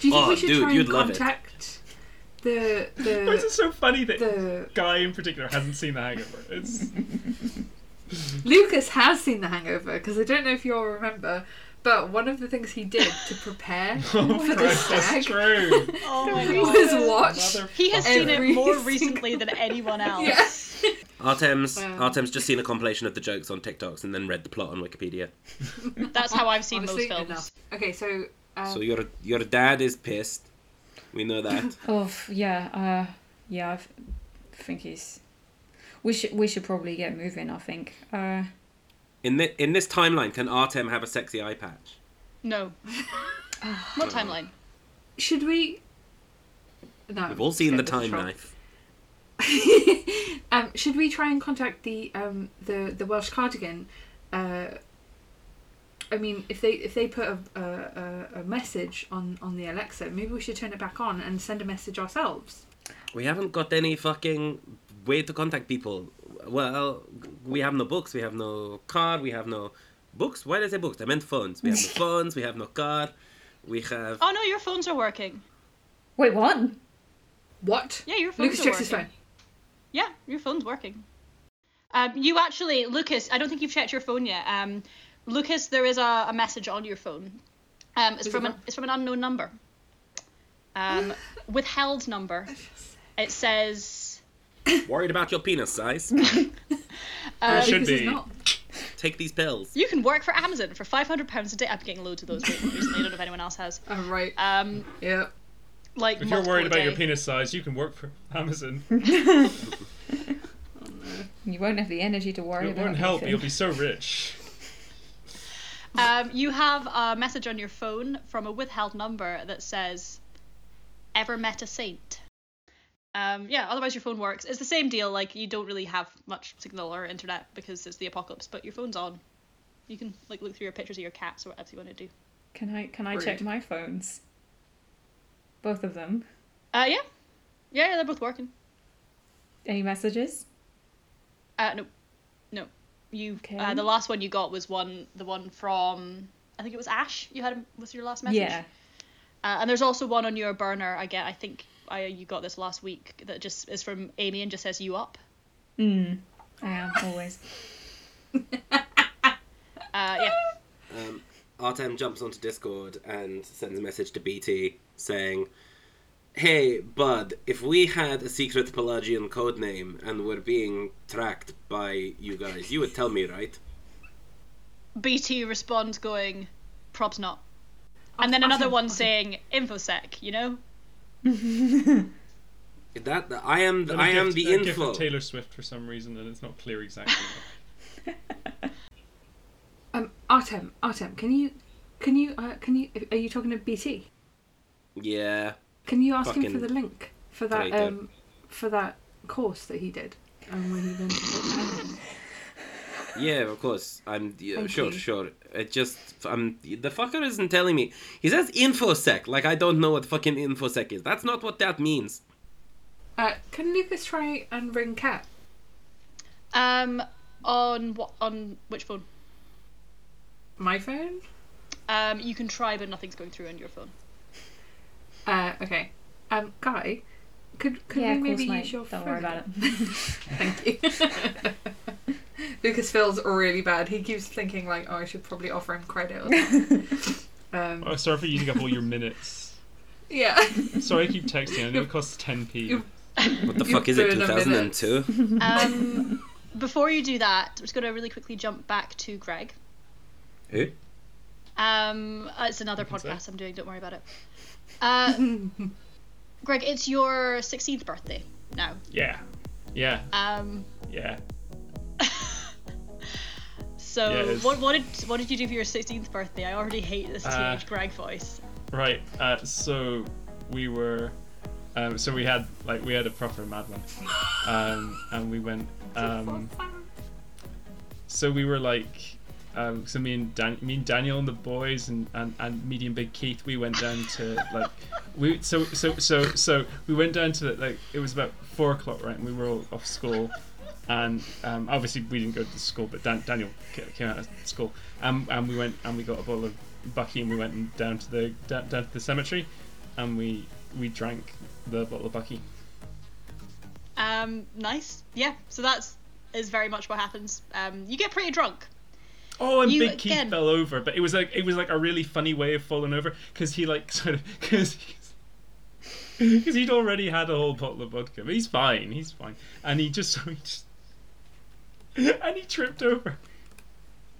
Speaker 6: Do you think
Speaker 2: Oh,
Speaker 6: we should
Speaker 2: dude,
Speaker 6: try and
Speaker 2: you'd love it.
Speaker 6: contact the
Speaker 4: Why is it
Speaker 6: the
Speaker 4: so funny that
Speaker 6: the
Speaker 4: guy in particular hasn't seen The Hangover? It's
Speaker 6: Lucas has seen The Hangover because I don't know if you all remember, but one of the things he did to prepare
Speaker 4: oh,
Speaker 6: for the
Speaker 4: Christ, that's
Speaker 6: stag
Speaker 4: true.
Speaker 3: Oh
Speaker 6: was watch.
Speaker 4: Mother-
Speaker 3: He has seen it
Speaker 6: Every
Speaker 3: more
Speaker 6: single-
Speaker 3: recently than anyone else.
Speaker 6: Yeah.
Speaker 2: Artem's
Speaker 6: Wow.
Speaker 2: Artem's just seen a compilation of the jokes on TikToks and then read the plot on Wikipedia.
Speaker 3: That's how I've seen most
Speaker 6: Honestly,
Speaker 3: films.
Speaker 6: enough. Okay, so um,
Speaker 2: So your your dad is pissed. We know that.
Speaker 5: Oh f- yeah, uh, yeah. I f- think he's. We should we should probably get moving. I think. Uh,
Speaker 2: In thi- in this timeline, can Artem have a sexy eye patch?
Speaker 3: No. what timeline?
Speaker 6: should we? No,
Speaker 2: We've all seen the
Speaker 6: skip
Speaker 2: time
Speaker 6: this shot.
Speaker 2: knife.
Speaker 6: um, should we try and contact the um, the the Welsh cardigan? Uh, I mean, if they if they put a, a, a, a message on on the Alexa, maybe we should turn it back on and send a message ourselves.
Speaker 2: We haven't got any fucking way to contact people. Well, we have no books. We have no car. We have no books. Why did I say books? I meant phones. We have no phones. We have no car. We have.
Speaker 3: Oh no, your phones are working.
Speaker 5: wait, what?
Speaker 6: What?
Speaker 3: Yeah, your phones
Speaker 6: Lucas
Speaker 3: are
Speaker 6: checks
Speaker 3: working.
Speaker 6: his phone.
Speaker 3: Yeah, your phone's working. Um, you actually, Lucas, I don't think you've checked your phone yet. Um, Lucas, there is a, a message on your phone. Um, it's
Speaker 6: Is
Speaker 3: from
Speaker 6: it
Speaker 3: an
Speaker 6: from-
Speaker 3: it's from an unknown number. Um, withheld number. It says
Speaker 2: Worried about your penis size?
Speaker 4: There should
Speaker 6: Uh, Lucas is
Speaker 4: be.
Speaker 6: not.
Speaker 2: Take these pills.
Speaker 3: you can work for Amazon for five hundred pounds a day. I'm getting loads of those recently. I don't know if anyone else has.
Speaker 6: Oh, right.
Speaker 3: Um,
Speaker 6: yeah.
Speaker 3: like
Speaker 4: If you're
Speaker 3: multiple
Speaker 4: worried
Speaker 3: a
Speaker 4: about your
Speaker 3: day.
Speaker 4: penis size, you can work for Amazon.
Speaker 5: You won't have the energy to worry
Speaker 4: It
Speaker 5: about.
Speaker 4: won't help.
Speaker 5: anything.
Speaker 4: You'll be so rich.
Speaker 3: Um, you have a message on your phone from a withheld number that says, "Ever met a saint?" Um, yeah. Otherwise, your phone works. It's the same deal. Like you don't really have much signal or internet because it's the apocalypse, but your phone's on. You can like look through your pictures of your cats or whatever you want to do.
Speaker 5: Can I can I
Speaker 6: Rude.
Speaker 5: check my phones? Both of them.
Speaker 3: Uh, yeah, yeah, yeah they're both working.
Speaker 5: Any messages?
Speaker 3: Uh, no, no. You uh,
Speaker 5: Okay.
Speaker 3: the last one you got was one the one from I think it was Ash. You had him with your last message.
Speaker 5: Yeah.
Speaker 3: Uh, and there's also one on your burner again. I think I, you got this last week that just is from Amy and just says you up.
Speaker 5: Mm. I am always.
Speaker 3: Uh, yeah.
Speaker 2: Um, Artem jumps onto Discord and sends a message to BT saying, Hey, bud, if we had a secret Pelagian code name and were being tracked by you guys, you would tell me, right?
Speaker 3: BT responds going, probs not. And then another one saying infosec. You know.
Speaker 2: That I am the,
Speaker 4: And a
Speaker 2: I am
Speaker 4: gift-
Speaker 2: the
Speaker 4: a gift
Speaker 2: info.
Speaker 4: of Taylor Swift for some reason, and it's not clear exactly.
Speaker 6: Um, Artem, Artem, can you, can you, uh, can you? Are you talking to BT?
Speaker 2: Yeah.
Speaker 6: Can you ask him for
Speaker 2: Fucking
Speaker 6: the link for that
Speaker 2: traitor.
Speaker 6: um for that course that he did? And when he went to Thailand?
Speaker 2: Yeah, of course. I'm yeah,
Speaker 6: Thank
Speaker 2: sure,
Speaker 6: you.
Speaker 2: sure. It just I'm the fucker isn't telling me. He says infosec like I don't know what fucking infosec is. That's not what that means.
Speaker 6: Uh, can Lucas try and ring Cat?
Speaker 3: Um, on what on which phone?
Speaker 6: My phone?
Speaker 3: Um, you can try, but nothing's going through on your phone.
Speaker 6: Uh, okay. Um, Guy, could could
Speaker 5: yeah,
Speaker 6: we
Speaker 5: of course,
Speaker 6: maybe
Speaker 5: mate.
Speaker 6: use your
Speaker 5: Don't
Speaker 6: phone?
Speaker 5: worry about it.
Speaker 6: Thank you. Lucas feels really bad. He keeps thinking like, oh, I should probably offer him credit. Or something. um,
Speaker 4: oh, sorry for using up all your minutes.
Speaker 6: Yeah.
Speaker 4: Sorry, I keep texting. I know it costs 10p.
Speaker 2: What the
Speaker 6: You
Speaker 2: fuck is it,
Speaker 6: put in a minute.
Speaker 2: 2002?
Speaker 3: Um, before you do that, I'm just going to really quickly jump back to Greg.
Speaker 2: Who?
Speaker 3: Um, uh, it's another
Speaker 4: say.
Speaker 3: podcast I'm doing. Don't worry about it. Uh, Greg, it's your 16th birthday now.
Speaker 4: Yeah. Yeah.
Speaker 3: Um,
Speaker 4: Yeah.
Speaker 3: so
Speaker 4: Yeah, it is.
Speaker 3: what, what did what did you do for your 16th birthday? I already hate this
Speaker 4: Uh,
Speaker 3: teenage Greg voice.
Speaker 4: Right. Uh, so we were. Um, so we had like we had a proper mad one, um, and we went. Um, so we were like. Um, so me and Dan- me and Daniel and the boys and, and, and medium big Keith, we went down to like we so so so so we went down to like it was about four o'clock right, and we were all off school, and um, obviously we didn't go to the school, but Dan- Daniel ca- came out of school, and, and we went and we got a bottle of Bucky, and we went and down to the down, down to the cemetery, and we we drank the bottle of Bucky.
Speaker 3: Um, nice. Yeah. So that's is very much what happens. Um, you get pretty drunk.
Speaker 4: Oh, and
Speaker 3: You
Speaker 4: Big Keith
Speaker 3: again.
Speaker 4: fell over, but it was like it was like a really funny way of falling over because he like sort of because because he'd already had a whole bottle of vodka. But he's fine, he's fine, and he just, he just and he tripped over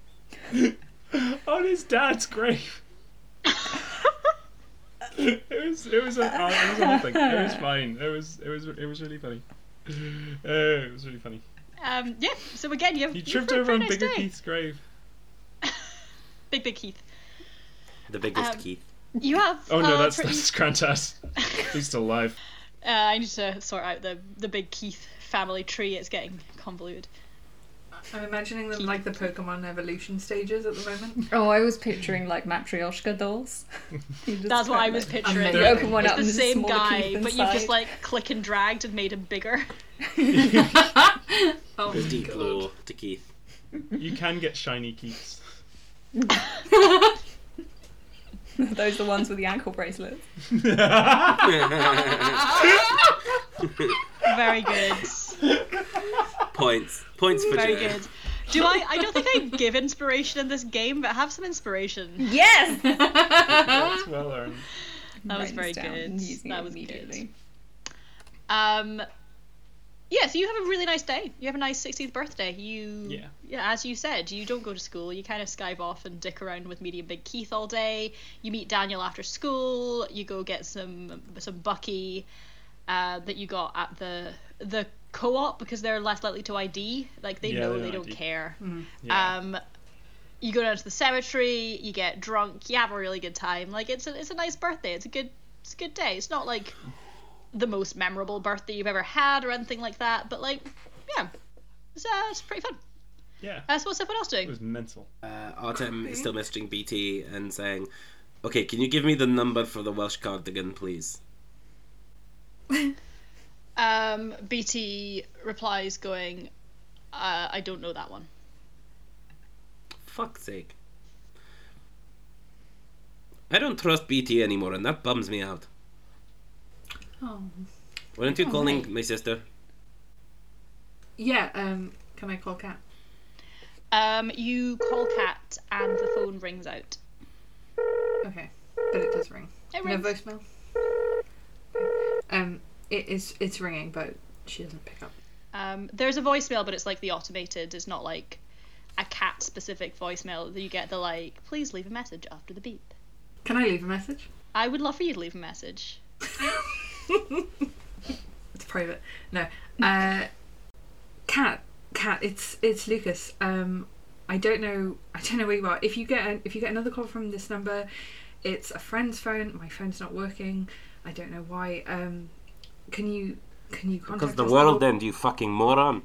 Speaker 4: on his dad's grave. it was it was a oh, it was a whole thing. It was fine. It was it was it was really funny. Uh, it was really funny.
Speaker 3: Um, yeah. So again, you have
Speaker 4: He
Speaker 3: you
Speaker 4: tripped
Speaker 3: have a
Speaker 4: over on
Speaker 3: pretty nice
Speaker 4: Bigger
Speaker 3: day.
Speaker 4: Keith's grave.
Speaker 3: Big big Keith.
Speaker 2: The biggest
Speaker 3: Um,
Speaker 2: Keith.
Speaker 3: You have.
Speaker 4: Oh no,
Speaker 3: uh,
Speaker 4: that's
Speaker 3: pretty-
Speaker 4: that's Grandad. He's still alive.
Speaker 3: Uh, I need to sort out the the big Keith family tree. It's getting convoluted.
Speaker 6: I'm imagining them like the Pokemon evolution stages at the moment.
Speaker 5: Oh, I was picturing like Matryoshka dolls. You just
Speaker 3: That's what I
Speaker 5: kinda,
Speaker 3: was
Speaker 5: like,
Speaker 3: picturing.
Speaker 6: Amazing.
Speaker 5: Open one
Speaker 3: It's
Speaker 5: up
Speaker 3: the
Speaker 5: and there's a
Speaker 3: same
Speaker 5: smaller
Speaker 3: guy,
Speaker 5: Keith
Speaker 3: but you've just
Speaker 5: inside.
Speaker 3: like click and dragged and made him bigger.
Speaker 6: Oh
Speaker 2: The deep
Speaker 6: my
Speaker 2: blow to Keith.
Speaker 4: You can get shiny keys.
Speaker 6: god.
Speaker 5: Those are the ones with the ankle bracelets.
Speaker 3: Very good.
Speaker 2: Points. Points for
Speaker 3: Very
Speaker 2: Jay.
Speaker 3: good. Do I? I don't think I give inspiration in this game, but have some inspiration.
Speaker 5: Yes.
Speaker 4: That's well earned.
Speaker 3: That was
Speaker 5: Writing
Speaker 3: very
Speaker 5: this down
Speaker 3: good.
Speaker 5: and using
Speaker 3: That
Speaker 5: it
Speaker 3: was good.
Speaker 5: immediately.
Speaker 3: Um, yeah. So you have a really nice day. You have a nice 16th birthday. You,
Speaker 4: Yeah.
Speaker 3: as you said, you don't go to school. You kind of skive off and dick around with Medium Big Keith all day. You meet Daniel after school. You go get some some Bucky uh, that you got at the the co-op because they're less likely to ID. Like they
Speaker 4: Yeah,
Speaker 3: know
Speaker 4: they
Speaker 3: they,
Speaker 4: don't
Speaker 3: don't
Speaker 4: ID.
Speaker 3: care.
Speaker 4: Yeah.
Speaker 3: Um, you go down to the cemetery, you get drunk, you have a really good time. Like it's a it's a nice birthday. It's a good it's a good day. It's not like the most memorable birthday you've ever had or anything like that, but like yeah, it's uh, it's pretty fun.
Speaker 4: yeah.
Speaker 3: Uh, so what's everyone else
Speaker 4: It
Speaker 3: doing?
Speaker 4: was mental.
Speaker 2: Uh, Artem is still messaging BT and saying, okay, can you give me the number for the Welsh cardigan, please?
Speaker 3: Um, BT replies going, uh, I don't know that one.
Speaker 2: Fuck's sake. I don't trust BT anymore, and that bums me out.
Speaker 6: Oh.
Speaker 2: Weren't you
Speaker 5: Oh,
Speaker 2: calling
Speaker 5: right.
Speaker 2: my sister?
Speaker 6: Yeah, um, can I call Cat?
Speaker 3: Um, you call Cat and the phone rings out.
Speaker 6: Okay. But it does ring.
Speaker 3: It
Speaker 6: No
Speaker 3: rings.
Speaker 6: voicemail. Um, it is. It's ringing, but she doesn't pick up.
Speaker 3: Um, there's a voicemail, but it's like the automated. It's not like a cat specific voicemail that you get the like, please leave a message after the beep.
Speaker 6: Can I leave a message?
Speaker 3: I would love for you to leave a message.
Speaker 6: It's private. No. Uh, cat, cat. It's it's Lucas. Um, I don't know. I don't know where you are. If you get an, if you get another call from this number, it's a friend's phone. My phone's not working. I don't know why. Um, can you can you contact
Speaker 2: Because the
Speaker 6: us?
Speaker 2: world end, you fucking moron.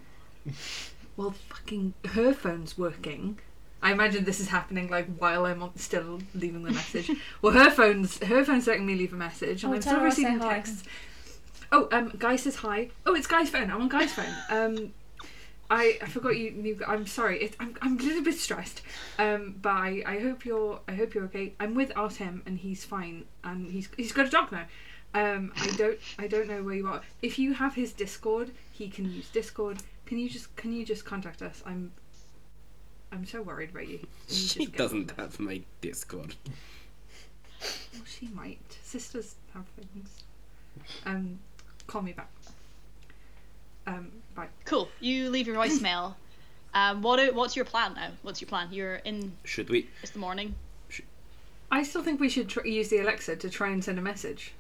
Speaker 6: Well, fucking her phone's working. I imagine this is happening like while I'm on, still leaving the message. well, her phone's her phone's letting me leave a message, and
Speaker 5: Oh,
Speaker 6: I'm
Speaker 5: tell
Speaker 6: still
Speaker 5: her I say
Speaker 6: receiving
Speaker 5: hi.
Speaker 6: texts. Oh, um, Guy says hi. Oh, it's Guy's phone. I'm on Guy's phone. Um, I, I forgot you knew. I'm sorry. It, I'm I'm a little bit stressed. Um, but I, I hope you're I hope you're okay. I'm with Artem and he's fine and he's he's got a dog now. Um, I don't I don't know where you are. If you have his Discord, he can use Discord. Can you just can you just contact us? I'm I'm so worried about you. Can you
Speaker 2: She
Speaker 6: just get-
Speaker 2: doesn't have my Discord.
Speaker 6: Well, she might. Sisters have things. Um, call me back. Um, right.
Speaker 9: Cool. You leave your voicemail. Um, what do- what's your plan now? What's your plan? You're in.
Speaker 2: Should we?
Speaker 9: It's the morning.
Speaker 6: I still think we should tr- use the Alexa to try and send a message.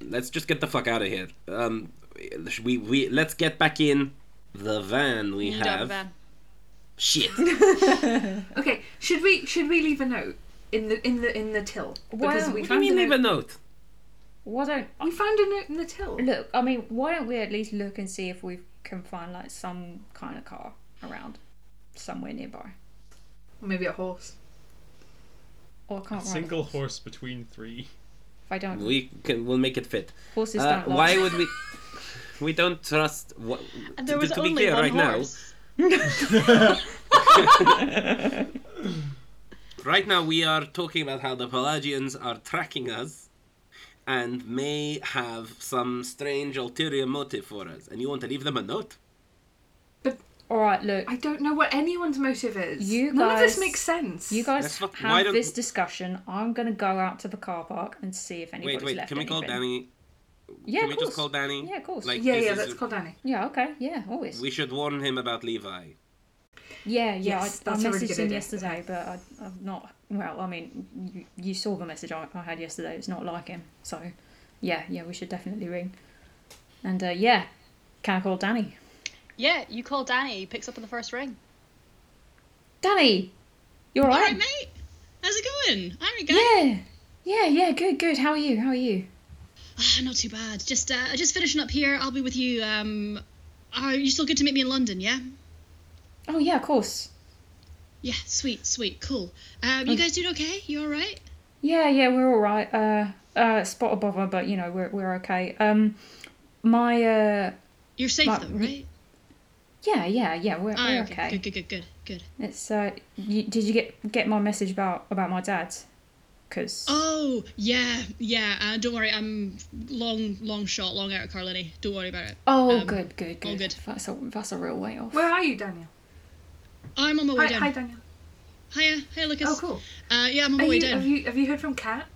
Speaker 2: Let's just get the fuck out of here. Um, we we let's get back in the van we
Speaker 9: You don't
Speaker 2: have.
Speaker 9: have a van.
Speaker 2: Shit.
Speaker 6: Okay, should we should we leave a note in the in the in the till?
Speaker 5: Wow,
Speaker 6: we
Speaker 5: what
Speaker 2: I
Speaker 6: found
Speaker 2: mean,
Speaker 6: a
Speaker 2: leave a
Speaker 6: note.
Speaker 2: note.
Speaker 5: Why don't
Speaker 6: We found a note in the till.
Speaker 5: look? I mean, why don't we at least look and see if we can find like some kind of car around somewhere nearby?
Speaker 6: Maybe a horse.
Speaker 5: Or I can't ride a
Speaker 4: Single
Speaker 5: horse.
Speaker 4: horse between three.
Speaker 5: If I don't,
Speaker 2: We can. We'll make it fit.
Speaker 5: horses
Speaker 2: Uh,
Speaker 5: don't.
Speaker 2: why
Speaker 5: like-
Speaker 2: would we? We don't trust. What,
Speaker 9: And there was
Speaker 2: to, to
Speaker 9: only
Speaker 2: be clear,
Speaker 9: one
Speaker 2: right
Speaker 9: horse.
Speaker 2: now, right now we are talking about how the Pelagians are tracking us, and may have some strange ulterior motive for us. And you want to leave them a note?
Speaker 5: All right, look.
Speaker 6: I don't know what anyone's motive is.
Speaker 5: You
Speaker 6: None of this
Speaker 5: guys-
Speaker 6: makes sense.
Speaker 5: You guys
Speaker 2: That's what- why
Speaker 5: have
Speaker 2: don't-
Speaker 5: this discussion. I'm gonna go out to the car park and see if anybody's
Speaker 2: Wait, wait.
Speaker 5: left
Speaker 2: Can we
Speaker 5: anything.
Speaker 2: call Danny?
Speaker 5: Yeah,
Speaker 2: can
Speaker 5: of
Speaker 2: we
Speaker 5: course.
Speaker 2: just call Danny?
Speaker 5: Yeah, of course.
Speaker 2: Like,
Speaker 6: Yeah,
Speaker 2: this
Speaker 6: yeah.
Speaker 2: is-
Speaker 6: Let's call Danny.
Speaker 5: Yeah, okay, yeah, always.
Speaker 2: We should warn him about Levi.
Speaker 5: Yeah, yeah.
Speaker 6: Yes,
Speaker 5: I, I
Speaker 6: that's a really
Speaker 5: messaged
Speaker 6: good
Speaker 5: him
Speaker 6: idea.
Speaker 5: yesterday, but I, I've not. Well, I mean, you, you saw the message I, I had yesterday. It's not like him. So, yeah, yeah, we should definitely ring. And uh, yeah, can I call Danny?
Speaker 9: Yeah, you call Danny. He picks up on the first ring.
Speaker 5: Danny, you're
Speaker 3: All
Speaker 5: right.
Speaker 3: right, mate. How's it going? I'm a guy.
Speaker 5: yeah, yeah, yeah. Good, good. How are you? How are you?
Speaker 3: Ah, not too bad. Just uh, just finishing up here. I'll be with you. Um, are you still good to meet me in London? Yeah.
Speaker 5: Oh yeah, of course.
Speaker 3: Yeah. Sweet. Sweet. Cool. Um, you guys doing okay? You all right?
Speaker 5: Yeah, yeah, we're all right. Uh, uh, spot a bother, but you know we're we're okay. Um, my uh,
Speaker 3: You're safe
Speaker 5: But-
Speaker 3: though, right?
Speaker 5: yeah, yeah, yeah. We're,
Speaker 3: Ah,
Speaker 5: we're
Speaker 3: okay.
Speaker 5: okay.
Speaker 3: Good. Good. Good. Good. Good.
Speaker 5: It's uh, you, did you get get my message about about my dad? Cause
Speaker 3: Oh yeah, yeah. Uh, don't worry. I'm long, long shot, long out of Carlini. Don't worry about it.
Speaker 5: Oh,
Speaker 3: Um,
Speaker 5: good, good, good.
Speaker 3: all good.
Speaker 5: That's a that's a real way off.
Speaker 6: Where are you, Daniel?
Speaker 3: I'm on my way
Speaker 6: Hi,
Speaker 3: down.
Speaker 6: hi, Daniel.
Speaker 3: Hiya, hiya, Lucas.
Speaker 6: Oh, cool.
Speaker 3: Uh, yeah, I'm on my
Speaker 6: Are
Speaker 3: way
Speaker 6: you,
Speaker 3: down.
Speaker 6: have you have you heard from Kat?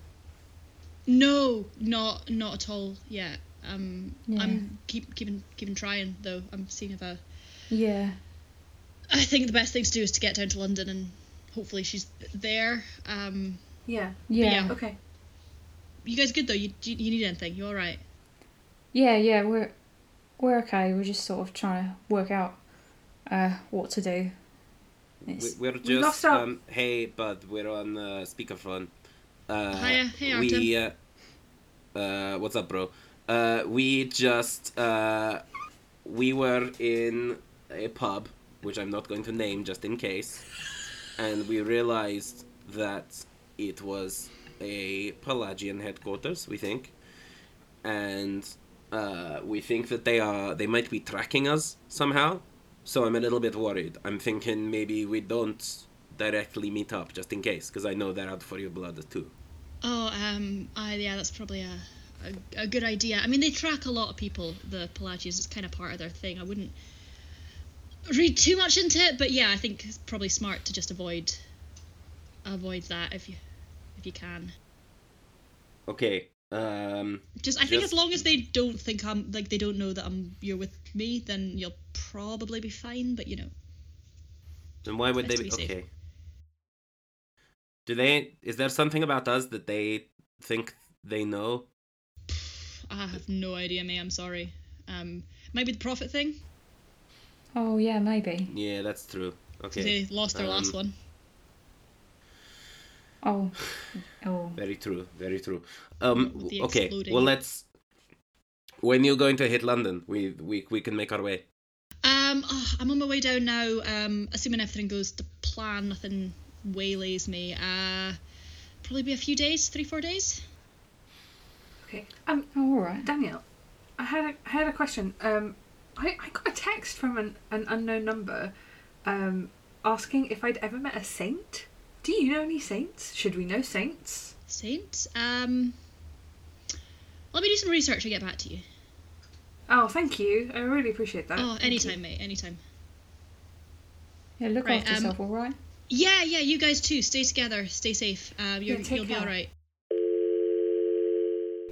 Speaker 3: No, not not at all yet. Um,
Speaker 5: Yeah.
Speaker 3: I'm keep keeping keeping trying though. I'm seeing if I.
Speaker 5: Yeah,
Speaker 3: I think the best thing to do is to get down to London and hopefully she's there. Um,
Speaker 6: Yeah.
Speaker 5: yeah,
Speaker 3: yeah.
Speaker 6: Okay.
Speaker 3: you guys good though? You do you need anything? You all right?
Speaker 5: yeah, yeah. We're we're okay. We're just sort of trying to work out uh what to do.
Speaker 2: We-
Speaker 5: It's,
Speaker 2: We're just
Speaker 6: lost our-
Speaker 2: um, hey, but we're on uh, speakerphone. Uh,
Speaker 3: Hiya. Hey,
Speaker 2: we uh, uh, what's up, bro? Uh, we just uh, we were in a pub, which I'm not going to name just in case, and we realized that it was a Pelagian headquarters. We think, and uh, we think that they are they might be tracking us somehow. So I'm a little bit worried. I'm thinking maybe we don't directly meet up just in case, because I know they're out for your blood too.
Speaker 3: Oh, um, I, yeah, that's probably a, a a good idea. I mean, they track a lot of people. The Pelagians, it's kind of part of their thing. I wouldn't read too much into it, but yeah, I think it's probably smart to just avoid avoid that if you if you can.
Speaker 2: Okay. Um.
Speaker 3: Just I think
Speaker 2: Just-
Speaker 3: as long as they don't think I'm like they don't know that I'm you're with me, then you'll probably be fine. But you know,
Speaker 2: Then why would they
Speaker 3: Let's
Speaker 2: be
Speaker 3: be safe.
Speaker 2: okay? Do they? Is there something about us that they think they know?
Speaker 3: I have no idea, mate. I'm sorry. Um, might be the profit thing.
Speaker 5: oh yeah, maybe.
Speaker 2: Yeah, that's true.
Speaker 3: 'cause
Speaker 2: Okay.
Speaker 3: They lost their last
Speaker 2: Um,
Speaker 3: one.
Speaker 5: Oh, oh.
Speaker 2: Very true. Very true. Um.
Speaker 3: With the
Speaker 2: Okay.
Speaker 3: exploding.
Speaker 2: Well, let's. When you're going to hit London, we we we can make our way.
Speaker 3: Um, oh, I'm on my way down now. Um, assuming everything goes to plan, nothing waylays me. Uh, probably be a few days, three, four days.
Speaker 6: Okay. Um,
Speaker 5: Oh, all right.
Speaker 6: Daniel, I had a, I had a question. Um, I, I got a text from an, an unknown number, um, asking if I'd ever met a saint. Do you know any saints? Should we know saints?
Speaker 3: Saint. Um, let me do some research and get back to you.
Speaker 6: Oh, thank you. I really appreciate that.
Speaker 3: Oh,
Speaker 6: Thank
Speaker 3: anytime,
Speaker 6: you.
Speaker 3: mate. Anytime.
Speaker 5: Yeah, look
Speaker 3: Right,
Speaker 5: after
Speaker 3: um,
Speaker 5: yourself. All right.
Speaker 3: Yeah, yeah. You guys too. Stay together. Stay safe. Um, you're,
Speaker 6: Yeah, take
Speaker 3: you'll be
Speaker 6: care.
Speaker 3: all right.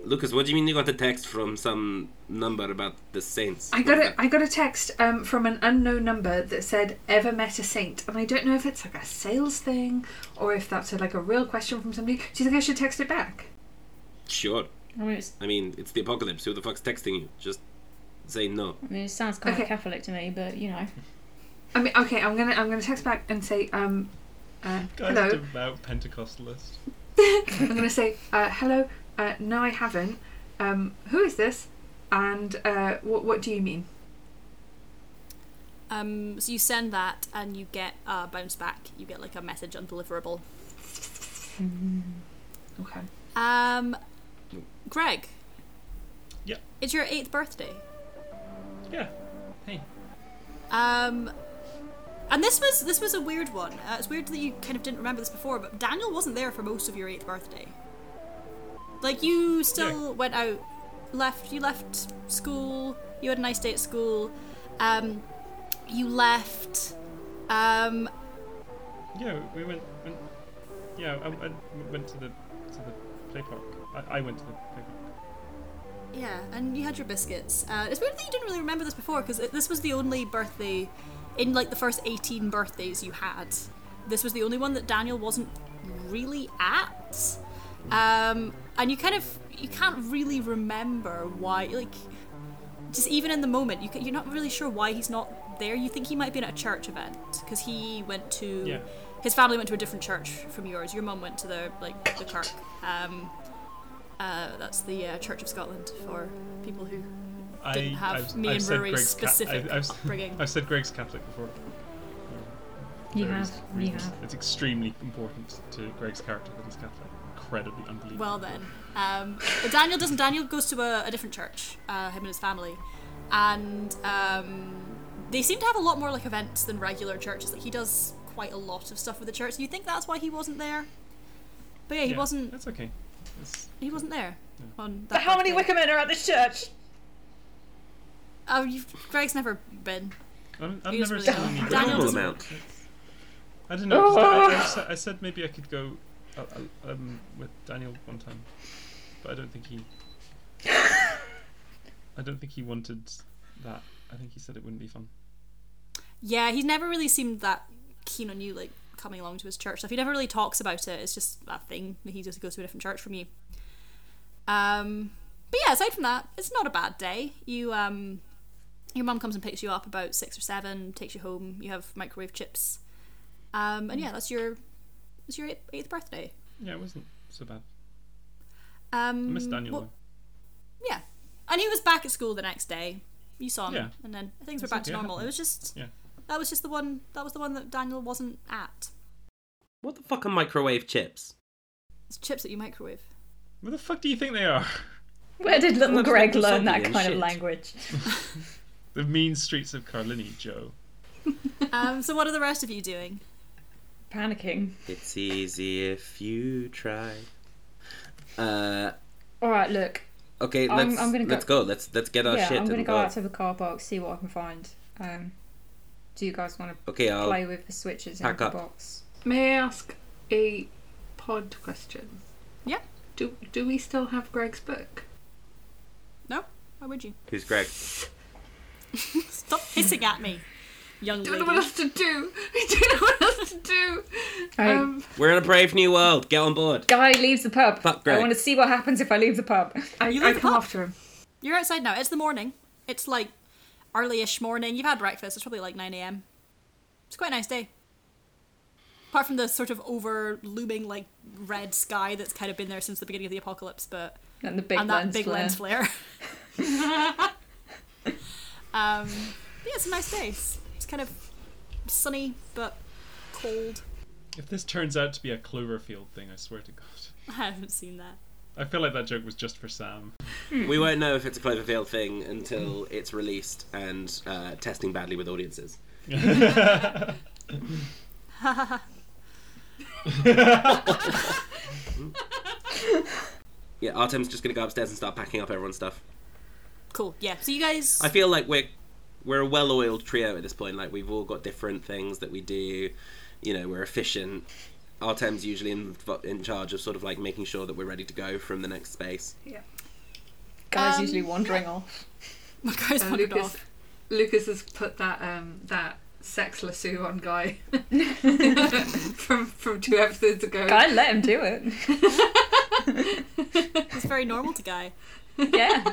Speaker 2: Lucas, what do you mean you got a text from some number about the saints?
Speaker 6: I got a, I got a text um, from an unknown number that said "Ever met a saint?" and I don't know if it's like a sales thing or if that's a, like a real question from somebody. Do you think I should text it back?
Speaker 2: Sure.
Speaker 5: I mean, it's,
Speaker 2: I mean, it's the apocalypse. Who the fuck's texting you? Just say no.
Speaker 5: I mean, it sounds kind
Speaker 6: Okay.
Speaker 5: of Catholic to me, but you know.
Speaker 6: I mean, okay, I'm gonna I'm gonna text back and say um, uh,
Speaker 4: Guys,
Speaker 6: hello.
Speaker 4: devout Pentecostalist.
Speaker 6: I'm gonna say uh, hello. Uh, no, I haven't. Um, who is this? And uh, what what do you mean?
Speaker 3: Um, so you send that and you get a bounce back. You get like a message undeliverable.
Speaker 6: Okay.
Speaker 3: Um, Greg.
Speaker 4: Yeah.
Speaker 3: It's your eighth birthday.
Speaker 4: Yeah. Hey.
Speaker 3: Um, and this was this was a weird one. Uh, it's weird that you kind of didn't remember this before, but Daniel wasn't there for most of your eighth birthday. Like you still went out, left you left school. You had a nice day at school. Um, you left. Um,
Speaker 4: Yeah, we went. went yeah, I, I went to the to the play park. I, I went to the play park.
Speaker 3: Yeah, and you had your biscuits. Uh, it's weird that you didn't really remember this before because this was the only birthday in like the first 18 birthdays you had. This was the only one that Daniel wasn't really at. Um, and you kind of you can't really remember why like just even in the moment you ca- you're not really sure why he's not there. You think he might be at a church event because he went to
Speaker 4: Yeah.
Speaker 3: his family went to a different church from yours. Your mum went to the like the Kirk. Um, uh, that's the uh, Church of Scotland for people who.
Speaker 4: I
Speaker 3: Didn't have
Speaker 4: I've,
Speaker 3: me
Speaker 4: I've
Speaker 3: and
Speaker 4: said
Speaker 3: Rory's
Speaker 4: Greg's Ca-
Speaker 3: specific
Speaker 4: I've, I've, s-
Speaker 3: upbringing.
Speaker 4: I've said Greg's Catholic before. Um,
Speaker 5: You
Speaker 4: Various
Speaker 5: have, you
Speaker 4: reasons.
Speaker 5: have.
Speaker 4: It's extremely important to Greg's character that he's Catholic. Incredibly unbelievable.
Speaker 3: Well then, um, but Daniel doesn't. Daniel goes to a, a different church. Uh, him and his family, and um, they seem to have a lot more like events than regular churches. Like he does quite a lot of stuff with the church. You think that's why he wasn't there? But yeah, he
Speaker 4: Yeah,
Speaker 3: wasn't.
Speaker 4: That's okay. It's,
Speaker 3: He wasn't there. On that
Speaker 5: But how many
Speaker 3: birthday.
Speaker 5: Wickermen are at this church?
Speaker 3: Oh, you've, Greg's never been.
Speaker 4: I'm, I've
Speaker 3: He was
Speaker 4: never
Speaker 3: really
Speaker 4: seen
Speaker 3: young.
Speaker 4: any.
Speaker 3: Daniel
Speaker 2: Normal
Speaker 3: doesn't- Ah!
Speaker 2: amount.
Speaker 4: I don't know. just- I, I, just- I said maybe I could go uh, uh, um, with Daniel one time, but I don't think he. I don't think he wanted that. I think he said it wouldn't be fun.
Speaker 3: Yeah, he's never really seemed that keen on you, like coming along to his church stuff. He never really talks about it. It's just that thing. that He just goes to a different church from you. Um, but yeah, aside from that, it's not a bad day. You, um, your mum comes and picks you up about six or seven, takes you home. You have microwave chips, um, and yeah, that's your, that's your eighth, eighth birthday.
Speaker 4: Yeah, it wasn't so bad.
Speaker 3: Um,
Speaker 4: I missed Daniel
Speaker 3: what- yeah, and he was back at school the next day. You saw him,
Speaker 4: Yeah.
Speaker 3: and then things were
Speaker 4: That's
Speaker 3: back to
Speaker 4: okay, it
Speaker 3: normal. It
Speaker 4: happens.
Speaker 3: was just
Speaker 4: Yeah.
Speaker 3: that was just the one that was the one that Daniel wasn't at.
Speaker 2: What the fuck are microwave chips?
Speaker 3: It's chips that you microwave.
Speaker 4: Where the fuck do you think they are?
Speaker 5: Where did little
Speaker 2: Looks
Speaker 5: Greg
Speaker 2: like
Speaker 5: learn that
Speaker 2: something,
Speaker 5: kind of
Speaker 2: shit.
Speaker 5: language?
Speaker 4: The mean streets of Carlini, Joe.
Speaker 3: Um, so what are the rest of you doing?
Speaker 5: Panicking.
Speaker 2: It's easy if you try. Uh,
Speaker 5: All right, look.
Speaker 2: okay,
Speaker 5: I'm-
Speaker 2: let's
Speaker 5: I'm gonna go-
Speaker 2: let's go. Let's let's get our
Speaker 5: yeah,
Speaker 2: shit
Speaker 5: I'm gonna
Speaker 2: and
Speaker 5: go,
Speaker 2: go.
Speaker 5: out to the car box, see what I can find. Um, do you guys want to
Speaker 2: Okay, I'll
Speaker 5: play with the switches in
Speaker 2: Oh. pack
Speaker 5: the
Speaker 2: up.
Speaker 5: box?
Speaker 6: May I ask a pod question?
Speaker 3: Yeah.
Speaker 6: Do do we still have Greg's book?
Speaker 3: No? Why would you?
Speaker 2: Who's Greg?
Speaker 3: Stop hissing at me, young
Speaker 6: I don't
Speaker 3: lady.
Speaker 6: know what else to do. I don't know what else to do.
Speaker 5: Hey.
Speaker 6: Um,
Speaker 2: We're in a brave new world. Get on board.
Speaker 5: Guy leaves the pub.
Speaker 2: Fuck Greg.
Speaker 5: I want to see what happens if I leave the pub.
Speaker 6: I,
Speaker 3: You
Speaker 6: I
Speaker 3: leave the
Speaker 6: come
Speaker 3: pub.
Speaker 6: after him.
Speaker 3: You're outside now. It's the morning. It's like early-ish morning. You've had breakfast. It's probably like 9 a.m. It's quite a nice day. Apart from the sort of over looming like red sky that's kind of been there since the beginning of the apocalypse, but
Speaker 5: And the big
Speaker 3: and that
Speaker 5: lens
Speaker 3: big
Speaker 5: flare.
Speaker 3: lens flare. um, but yeah, it's a nice day. It's, it's kind of sunny but cold.
Speaker 4: If this turns out to be a Cloverfield thing, I swear to God.
Speaker 3: I haven't seen that.
Speaker 4: I feel like that joke was just for Sam.
Speaker 5: Hmm.
Speaker 2: We won't know if it's a Cloverfield thing until it's released and uh, testing badly with audiences. Yeah, Artem's just gonna go upstairs and start packing up everyone's stuff.
Speaker 3: Cool. Yeah. So you guys.
Speaker 2: I feel like we're we're a well-oiled trio at this point. Like we've all got different things that we do. You know, we're efficient. Artem's usually in in charge of sort of like making sure that we're ready to go from the next space.
Speaker 5: Guy's
Speaker 3: Um,
Speaker 5: usually wandering off.
Speaker 3: My guy's
Speaker 6: Uh,
Speaker 3: wandered
Speaker 6: Lucas,
Speaker 3: off.
Speaker 6: Lucas has put that um, that sex lasso on Guy from from two episodes ago.
Speaker 5: Guy let him do it.
Speaker 3: It's very normal to Guy.
Speaker 5: yeah.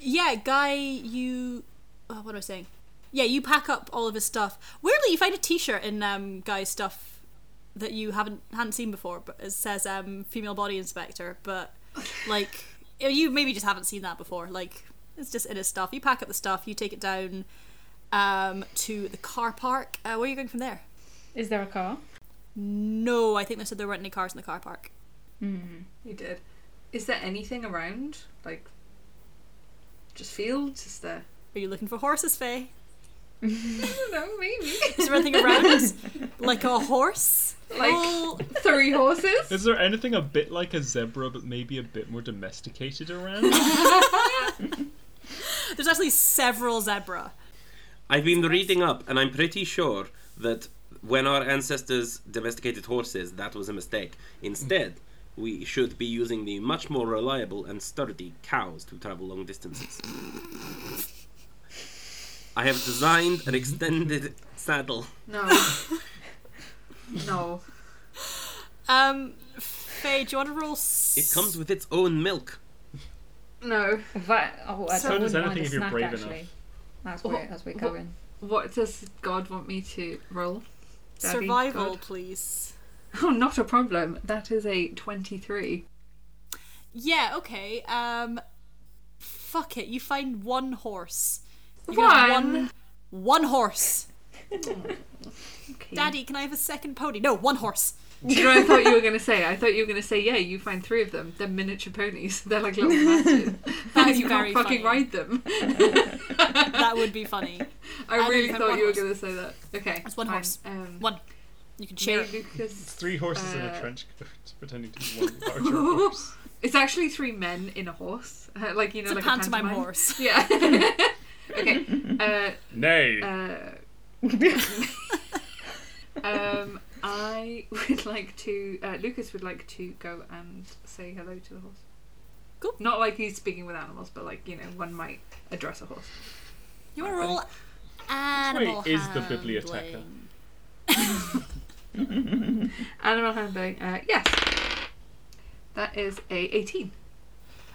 Speaker 3: Yeah, Guy, you. Oh, what am I saying? Yeah, you pack up all of his stuff. Weirdly, you find a T-shirt in um, Guy's stuff that you haven't hadn't seen before, but it says um, "female body inspector." But like, you maybe just haven't seen that before. Like, it's just in his stuff. You pack up the stuff, you take it down um, to the car park. Uh, where are you going from there?
Speaker 5: Is there a car?
Speaker 3: No, I think they said there weren't any cars in the car park.
Speaker 6: You did. Is there anything around? Like, just fields? Is there?
Speaker 3: Are you looking for horses, Faye?
Speaker 6: I don't know. Maybe
Speaker 3: Is there anything around us? Like a horse?
Speaker 6: Like-
Speaker 3: Oh,
Speaker 6: three horses.
Speaker 4: Is there anything a bit like a zebra but maybe a bit more domesticated around?
Speaker 3: there's actually several zebra.
Speaker 2: I've been reading up, and I'm pretty sure that when our ancestors domesticated horses, that was a mistake. Instead, we should be using the much more reliable and sturdy cows to travel long distances. I have designed an extended saddle.
Speaker 6: No. no.
Speaker 3: Um, Faye, do you want to roll? S-
Speaker 2: It comes with its own milk.
Speaker 6: No.
Speaker 5: Va- oh, I
Speaker 4: So does
Speaker 5: wouldn't mind
Speaker 4: anything
Speaker 5: a
Speaker 4: if you're
Speaker 5: snack,
Speaker 4: brave enough.
Speaker 5: actually. As
Speaker 6: What-
Speaker 5: we're, as we're going.
Speaker 6: What does God want me to roll? Daddy,
Speaker 3: Survival,
Speaker 6: God.
Speaker 3: please.
Speaker 6: Oh, not a problem. That is a twenty-three.
Speaker 3: Yeah. Okay. Um, fuck it. You find one horse. You can have
Speaker 6: One.
Speaker 3: One. One horse.
Speaker 6: Okay.
Speaker 3: Daddy, can I have a second pony? No, one horse.
Speaker 6: Do you know what I thought you were going to say? I thought you were going to say, yeah, you find three of them. They're miniature ponies. They're like little matches.
Speaker 3: That'd be
Speaker 6: you
Speaker 3: very
Speaker 6: can't
Speaker 3: funny.
Speaker 6: fucking ride them.
Speaker 3: That would be funny.
Speaker 6: I
Speaker 3: then
Speaker 6: really
Speaker 3: find
Speaker 6: thought
Speaker 3: one
Speaker 6: you were
Speaker 3: horse.
Speaker 6: going to say that. Okay.
Speaker 3: That's one
Speaker 6: fine.
Speaker 3: horse.
Speaker 6: Um,
Speaker 3: One. You can share.
Speaker 6: may
Speaker 3: it.
Speaker 6: Lucas...
Speaker 4: Three horses in
Speaker 6: Uh,
Speaker 4: a trench coat, pretending to be one larger horse.
Speaker 6: It's actually three men in a horse. Uh, like, you know,
Speaker 3: It's
Speaker 6: like
Speaker 3: a pantomime
Speaker 6: a pantomime
Speaker 3: horse.
Speaker 6: Yeah. okay. Uh,
Speaker 4: Nay.
Speaker 6: Uh, um, I would like to. Uh, Lucas would like to go and say hello to the horse.
Speaker 3: Cool.
Speaker 6: Not like he's speaking with animals, but like you know, one might address a horse.
Speaker 3: You want to roll? Animal
Speaker 4: is the
Speaker 3: handling.
Speaker 4: biblioteca?
Speaker 6: Animal handling. Uh, yes. That is a eighteen.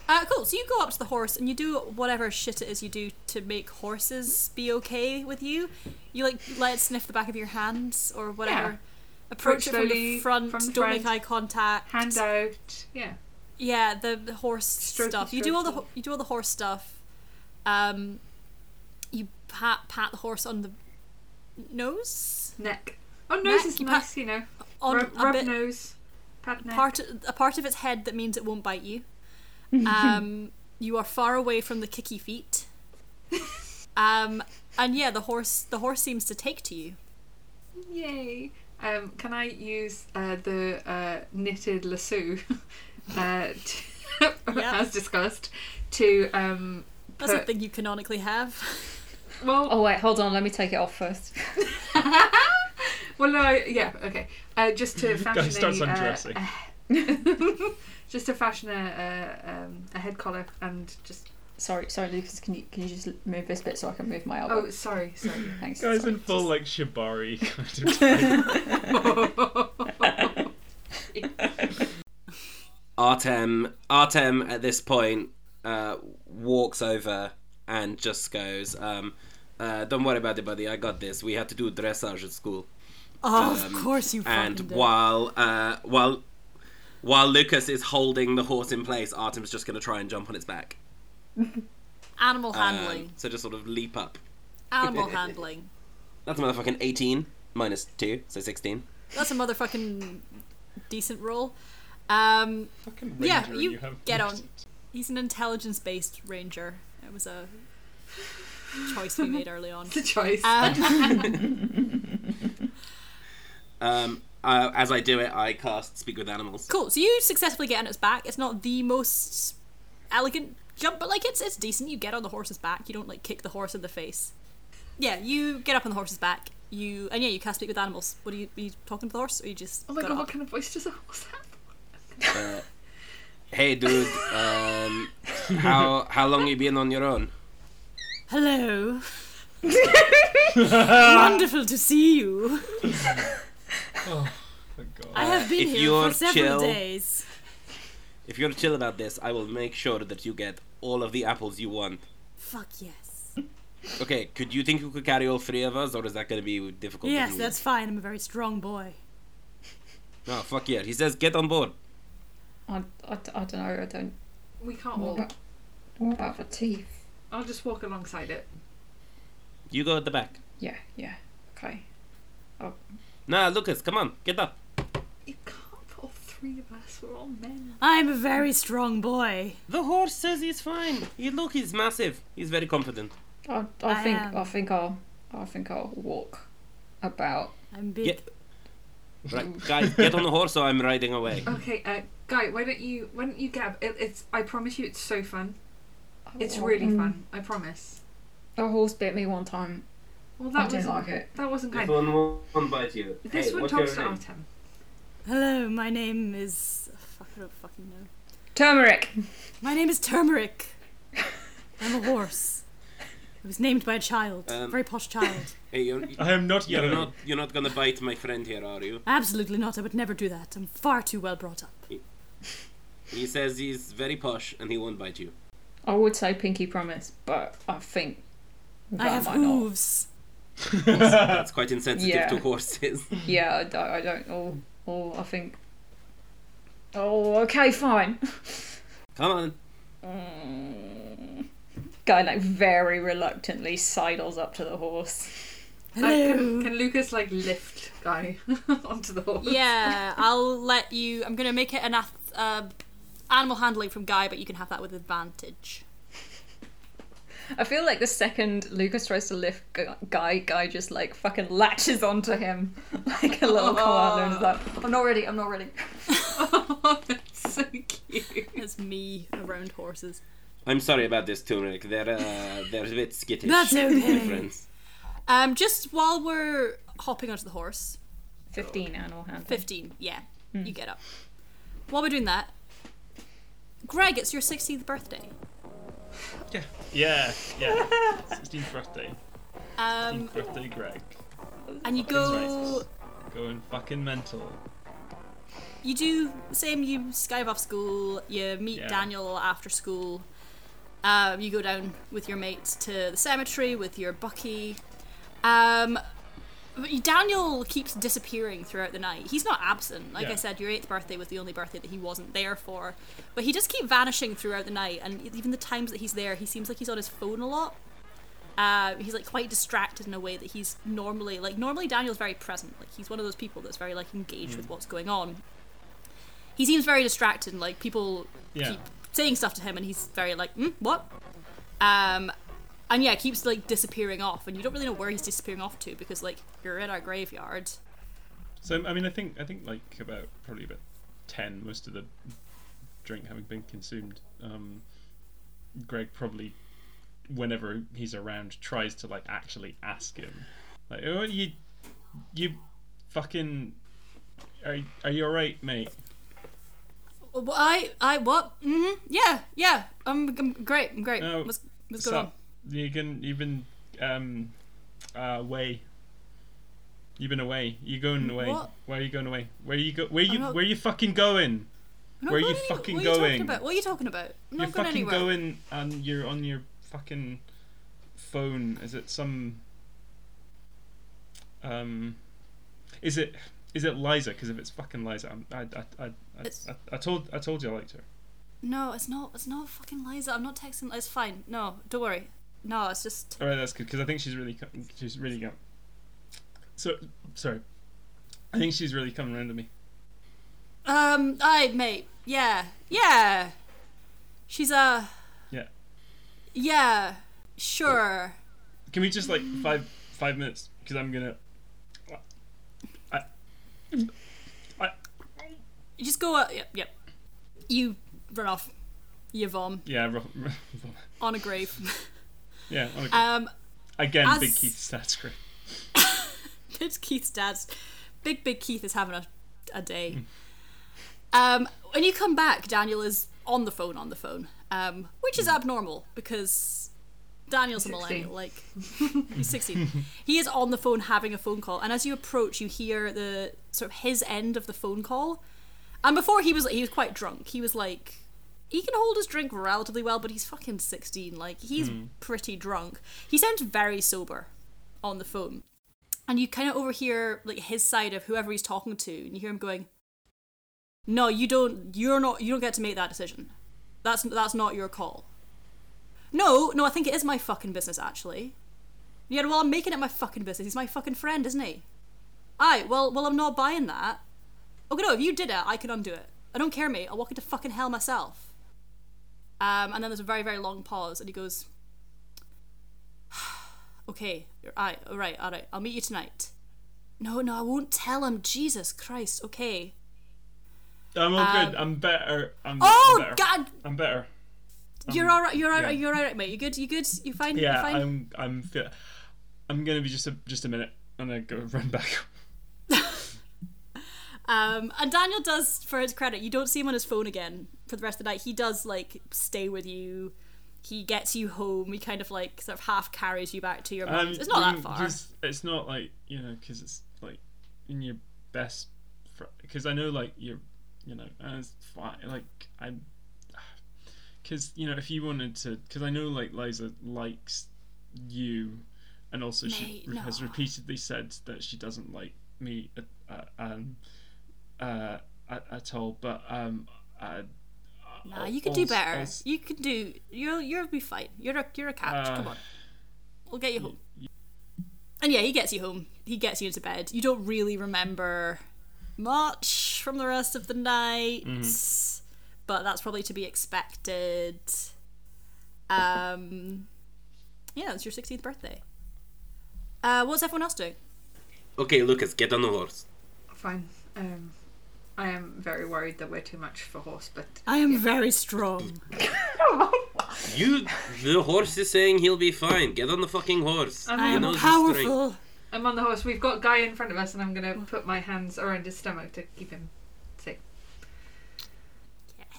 Speaker 3: Uh, cool. So you go up to the horse and you do whatever shit it is you do to make horses be okay with you. You like let it sniff the back of your hands or whatever.
Speaker 6: Yeah.
Speaker 3: Approach it from the
Speaker 6: slowly
Speaker 3: front.
Speaker 6: from the
Speaker 3: don't make
Speaker 6: front.
Speaker 3: eye contact.
Speaker 6: Hand out. Yeah.
Speaker 3: Yeah, the, the horse
Speaker 6: Strokey,
Speaker 3: stuff. You do all the
Speaker 6: strokey.
Speaker 3: ho- you do all the horse stuff. Um, you pat pat the horse on the nose
Speaker 6: Neck. Oh, nose
Speaker 3: Neck,
Speaker 6: is
Speaker 3: you
Speaker 6: nice. You know,
Speaker 3: on
Speaker 6: rub,
Speaker 3: a
Speaker 6: rub
Speaker 3: bit
Speaker 6: nose. Pat neck.
Speaker 3: part a part of its head that means it won't bite you. Um, you are far away from the kicky feet. Um, and yeah, the horse the horse seems to take to you.
Speaker 6: Yay. Um, can I use uh, the uh, knitted lasso uh, t- as discussed to um,
Speaker 3: That's a
Speaker 6: put-
Speaker 3: thing you canonically have.
Speaker 6: well
Speaker 5: Oh, wait, hold on. Let me take it off first.
Speaker 6: well no I- yeah okay uh, just to
Speaker 4: Guy
Speaker 6: fashion
Speaker 4: starts
Speaker 6: a, uh,
Speaker 4: undressing.
Speaker 6: just to fashion a, a, um, a head collar and just
Speaker 5: Sorry, sorry, Lucas. Can you can you just move this bit so I can move my elbow?
Speaker 6: oh sorry sorry
Speaker 5: Thanks.
Speaker 4: Guys
Speaker 5: sorry.
Speaker 4: in full like shibari kind of type.
Speaker 2: Artem Artem at this point uh, walks over and just goes, um, uh, "Don't worry about it, buddy. I got this. We had to do dressage at school."
Speaker 3: Oh, of course you
Speaker 2: Um, And
Speaker 3: fucking do.
Speaker 2: while uh, while while Lucas is holding the horse in place, Artem's just going to try and jump on its back.
Speaker 3: Animal
Speaker 2: Um,
Speaker 3: handling.
Speaker 2: so just sort of leap up.
Speaker 3: Animal handling.
Speaker 2: That's a motherfucking eighteen minus two, so sixteen.
Speaker 3: That's a motherfucking decent roll. Um,
Speaker 4: Fucking
Speaker 3: Yeah,
Speaker 4: ranger and
Speaker 3: you
Speaker 4: have
Speaker 3: get on. he's an intelligence based ranger. It was a choice we made early on.
Speaker 6: the choice
Speaker 3: Um,
Speaker 2: Um, uh, as I do it, I cast Speak with Animals.
Speaker 3: cool. So you successfully get on its back. It's not the most elegant jump, but like it's it's decent. You get on the horse's back. You don't like kick the horse in the face. Yeah, you get up on the horse's back. You and yeah, you cast speak with animals. Oh What are you, are you talking to the horse, or you just?
Speaker 6: oh my
Speaker 3: got
Speaker 6: god
Speaker 3: it
Speaker 6: what
Speaker 3: up?
Speaker 6: kind of voice does a horse have
Speaker 2: Uh, Hey, dude. Um, how how long you been on your own?
Speaker 3: Hello. Wonderful to see you.
Speaker 4: Oh, Thank God.
Speaker 3: I have been
Speaker 2: if
Speaker 3: here
Speaker 2: you're
Speaker 3: for several
Speaker 2: chill-
Speaker 3: days.
Speaker 2: If you're chill about this, I will make sure that you get all of the apples you want.
Speaker 3: Fuck yes.
Speaker 2: Okay, could you think you could carry all three of us, or is that gonna be difficult? for
Speaker 3: Yes,
Speaker 2: me?
Speaker 3: that's fine. I'm a very strong boy.
Speaker 2: No, Oh, fuck yeah. He says get on board.
Speaker 5: I, I, I don't know. I don't.
Speaker 6: We can't
Speaker 5: What
Speaker 6: walk.
Speaker 5: about, what about the teeth?
Speaker 6: I'll just walk alongside it.
Speaker 2: You go at the back.
Speaker 5: Yeah, yeah. Okay.
Speaker 2: Nah, Lucas, come on, get up.
Speaker 6: You can't put all three of us. We're all men.
Speaker 3: I'm a very strong boy.
Speaker 2: The horse says he's fine. He look, he's massive. He's very confident.
Speaker 5: I, I,
Speaker 3: I
Speaker 5: think
Speaker 3: am-
Speaker 5: I think I'll I think I'll walk about.
Speaker 3: I'm big.
Speaker 2: Get right, guys, get on the horse, or I'm riding away.
Speaker 6: Okay, uh, guy, why don't you why don't you get? It, it's. I promise you, it's so fun. It's
Speaker 5: Oh,
Speaker 6: really
Speaker 5: mm.
Speaker 6: fun. I promise.
Speaker 5: A horse bit me one time.
Speaker 6: Well, that
Speaker 5: I didn't
Speaker 6: was
Speaker 5: like it.
Speaker 6: that wasn't kind.
Speaker 2: one won't bite you.
Speaker 6: This one talks to Artem.
Speaker 3: Hello, my name is. oh, Fuck, I don't fucking know.
Speaker 5: Turmeric.
Speaker 3: My name is Turmeric. I'm a horse. I was named by a child,
Speaker 2: Um,
Speaker 3: very posh child.
Speaker 2: Hey, you're,
Speaker 4: I am not
Speaker 2: you're
Speaker 4: yellow.
Speaker 2: not you're not gonna bite my friend here, are you?
Speaker 3: Absolutely not. I would never do that. I'm far too well brought up.
Speaker 2: He says he's very posh and he won't bite you.
Speaker 5: I would say pinky promise, but I think that
Speaker 3: I have
Speaker 5: might not.
Speaker 3: hooves.
Speaker 2: That's quite insensitive
Speaker 5: Yeah.
Speaker 2: to horses.
Speaker 5: Yeah, I don't. I don't oh, oh, I think. Oh, okay, fine.
Speaker 2: Come on.
Speaker 5: Guy like very reluctantly sidles up to the horse.
Speaker 6: Like,
Speaker 3: Hello.
Speaker 6: can, can Lucas like lift guy onto the horse?
Speaker 3: Yeah, I'll let you. I'm gonna make it an ath- uh, animal handling from Guy, but you can have that with advantage.
Speaker 5: I feel like the second Lucas tries to lift Gu- Guy, Guy just like fucking latches onto him like a little koala and is like, I'm not ready, I'm not ready.
Speaker 6: Oh, that's so cute.
Speaker 3: That's me around horses.
Speaker 2: I'm sorry about this, Turmeric. They're uh, they're a bit skittish.
Speaker 3: That's
Speaker 2: My
Speaker 3: okay.
Speaker 2: friends.
Speaker 3: Um, just while we're hopping onto the horse,
Speaker 5: 15 animal handling.
Speaker 3: 15, yeah, you get up. While we're doing that, Greg, it's your 16th birthday.
Speaker 4: Yeah, yeah. 16th birthday.
Speaker 3: Um,
Speaker 4: 16th birthday, Greg.
Speaker 3: and you go,
Speaker 4: Going fucking mental.
Speaker 3: you do the same, you skive off school, you meet
Speaker 4: Yeah.
Speaker 3: Daniel after school, um, you go down with your mates to the cemetery with your Bucky. Um, but you- Daniel keeps disappearing throughout the night. He's not absent. Like I
Speaker 4: Yeah.
Speaker 3: said, your eighth birthday was the only birthday that he wasn't there for. But he just keeps vanishing throughout the night, and even the times that he's there, he seems like he's on his phone a lot. Uh, he's like quite distracted in a way that he's normally like normally Daniel's very present. Like he's one of those people that's very like engaged with what's going on. He seems very distracted, and like people
Speaker 4: Yeah.
Speaker 3: keep saying stuff to him, and he's very like, mm, what? Um, and yeah, keeps like disappearing off, and you don't really know where he's disappearing off to because like you're in our graveyard.
Speaker 4: So I mean, I think I think like about probably about ten, most of the drink having been consumed. Um, Greg probably, whenever he's around, tries to like actually ask him, like, "Oh, you, you, fucking, are are you alright, mate?"
Speaker 3: Wh- I, I, what? Mm-hmm. Yeah, yeah. I'm, I'm great. I'm great.
Speaker 4: Oh,
Speaker 3: what's what's
Speaker 4: So
Speaker 3: going on?
Speaker 4: You can you've been um, uh, away. You've been away. You going away?
Speaker 3: Mm, what?
Speaker 4: Where are you going away? Where you go? Where you
Speaker 3: I'm not-
Speaker 4: where you fucking going?
Speaker 3: No,
Speaker 4: Where
Speaker 3: what
Speaker 4: you
Speaker 3: are
Speaker 4: fucking
Speaker 3: what are you
Speaker 4: going?
Speaker 3: Talking about? What are you talking about? I'm not
Speaker 4: you're
Speaker 3: going
Speaker 4: fucking
Speaker 3: anywhere.
Speaker 4: going and you're on your fucking phone. Is it some? Um, is it is it Liza? Because if it's fucking Liza, I'm, I, I, I, I,
Speaker 3: It's-
Speaker 4: I, I told I told you I liked her.
Speaker 3: No, it's not. It's not fucking Liza. I'm not texting. It's fine. No, don't worry. No, it's just.
Speaker 4: All right, that's good because I think she's really co- she's really young. So sorry, I think she's really coming around to me.
Speaker 3: Um, I mate. Yeah, yeah. She's a.
Speaker 4: Yeah.
Speaker 3: Yeah. Sure.
Speaker 4: Can we just like five five minutes? Because I'm gonna.
Speaker 3: You just go. Uh, yep, yep. You run off. You vom
Speaker 4: Yeah, ro-
Speaker 3: on a grave.
Speaker 4: yeah. Okay.
Speaker 3: um,
Speaker 4: Again,
Speaker 3: as-
Speaker 4: Big Keith stats great.
Speaker 3: it's Keith's dad's. Big big Keith is having a, a day. Um, when you come back, Daniel is on the phone on the phone, um, which is abnormal because Daniel's a
Speaker 6: 16.
Speaker 3: millennial. Like he's sixteen, he is on the phone having a phone call, and as you approach, you hear the sort of his end of the phone call. And before he was he was quite drunk. He was like he can hold his drink relatively well, but he's fucking sixteen. Like he's pretty drunk. He sounds very sober on the phone. And you kind of overhear like his side of whoever he's talking to, and you hear him going, "No, you don't. You're not. You don't get to make that decision. That's that's not your call." No, no, I think it is my fucking business actually. Yeah, well, I'm making it my fucking business. He's my fucking friend, isn't he? Aye, well, well, I'm not buying that. Okay, no, if you did it, I can undo it. I don't care, mate. I'll walk into fucking hell myself. Um, and then there's a very, very long pause, and he goes, Okay, alright, alright, alright, I'll meet you tonight. No, no, I won't tell him. Jesus Christ, okay.
Speaker 4: I'm all good. I'm better.
Speaker 3: Um,
Speaker 4: I'm,
Speaker 3: Oh,
Speaker 4: I'm better.
Speaker 3: God!
Speaker 4: I'm better.
Speaker 3: You're alright, you're alright,
Speaker 4: Um, yeah.
Speaker 3: you're alright, mate. You good, you good, you fine, you
Speaker 4: Yeah,
Speaker 3: fine.
Speaker 4: I'm. I'm. Feel, I'm gonna be just a just a minute, and I go run back.
Speaker 3: Um, and Daniel does, for his credit, you don't see him on his phone again for the rest of the night. He does like stay with you. He gets you home. He kind of like sort of half carries you back to your
Speaker 4: Um,
Speaker 3: mum's. it's not
Speaker 4: you
Speaker 3: that far.
Speaker 4: just- it's not like you know, because it's like in your best. Because I know, like you're, you know, and it's fine. Like I, because you know, if you wanted to, because I know, like Liza likes you, and also she
Speaker 3: Mate,
Speaker 4: has
Speaker 3: no.
Speaker 4: repeatedly said that she doesn't like me, at, uh, um, uh, at, at all. But um, uh,
Speaker 3: Nah, Uh, you can do
Speaker 4: als-
Speaker 3: better.
Speaker 4: als-
Speaker 3: You can do. You'll you'll be fine. You're a you're a catch.
Speaker 4: Uh,
Speaker 3: Come on, we'll get you home. And yeah, he gets you home. He gets you into bed. You don't really remember much from the rest of the night,
Speaker 4: Mm-hmm.
Speaker 3: but that's probably to be expected. Um, yeah, it's your 16th birthday. Uh, what's everyone else doing?
Speaker 2: Okay, Lucas, get on the horse.
Speaker 6: Fine. Um, I am very worried that we're too much for horse, but
Speaker 3: I am very strong.
Speaker 2: You, the horse is saying he'll be fine. Get on the fucking horse.
Speaker 6: I'm,
Speaker 3: I
Speaker 2: He
Speaker 3: am
Speaker 2: knows his strength.
Speaker 3: powerful.
Speaker 6: I'm on the horse. We've got Guy in front of us, and I'm gonna put my hands around his stomach to keep him safe.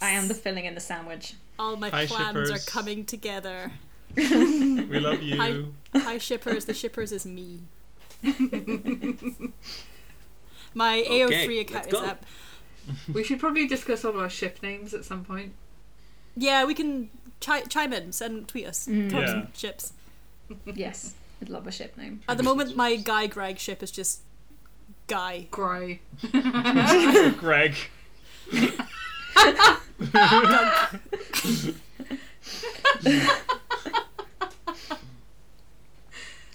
Speaker 5: I am the filling in the sandwich.
Speaker 3: All my
Speaker 4: Hi,
Speaker 3: plans
Speaker 4: shippers.
Speaker 3: are coming together.
Speaker 4: we love you.
Speaker 3: Hi, hi shippers. The shippers is me. My AO3
Speaker 2: Okay,
Speaker 3: account
Speaker 2: let's
Speaker 3: is
Speaker 2: go.
Speaker 3: up.
Speaker 6: We should probably discuss all our ship names at some point.
Speaker 3: Yeah, we can chi- chime in, send tweet us, throw up some
Speaker 4: Yeah.
Speaker 3: ships.
Speaker 5: Yes, I'd love a ship name.
Speaker 3: At the moment, my guy Greg ship is just guy.
Speaker 6: Gry.
Speaker 4: Greg.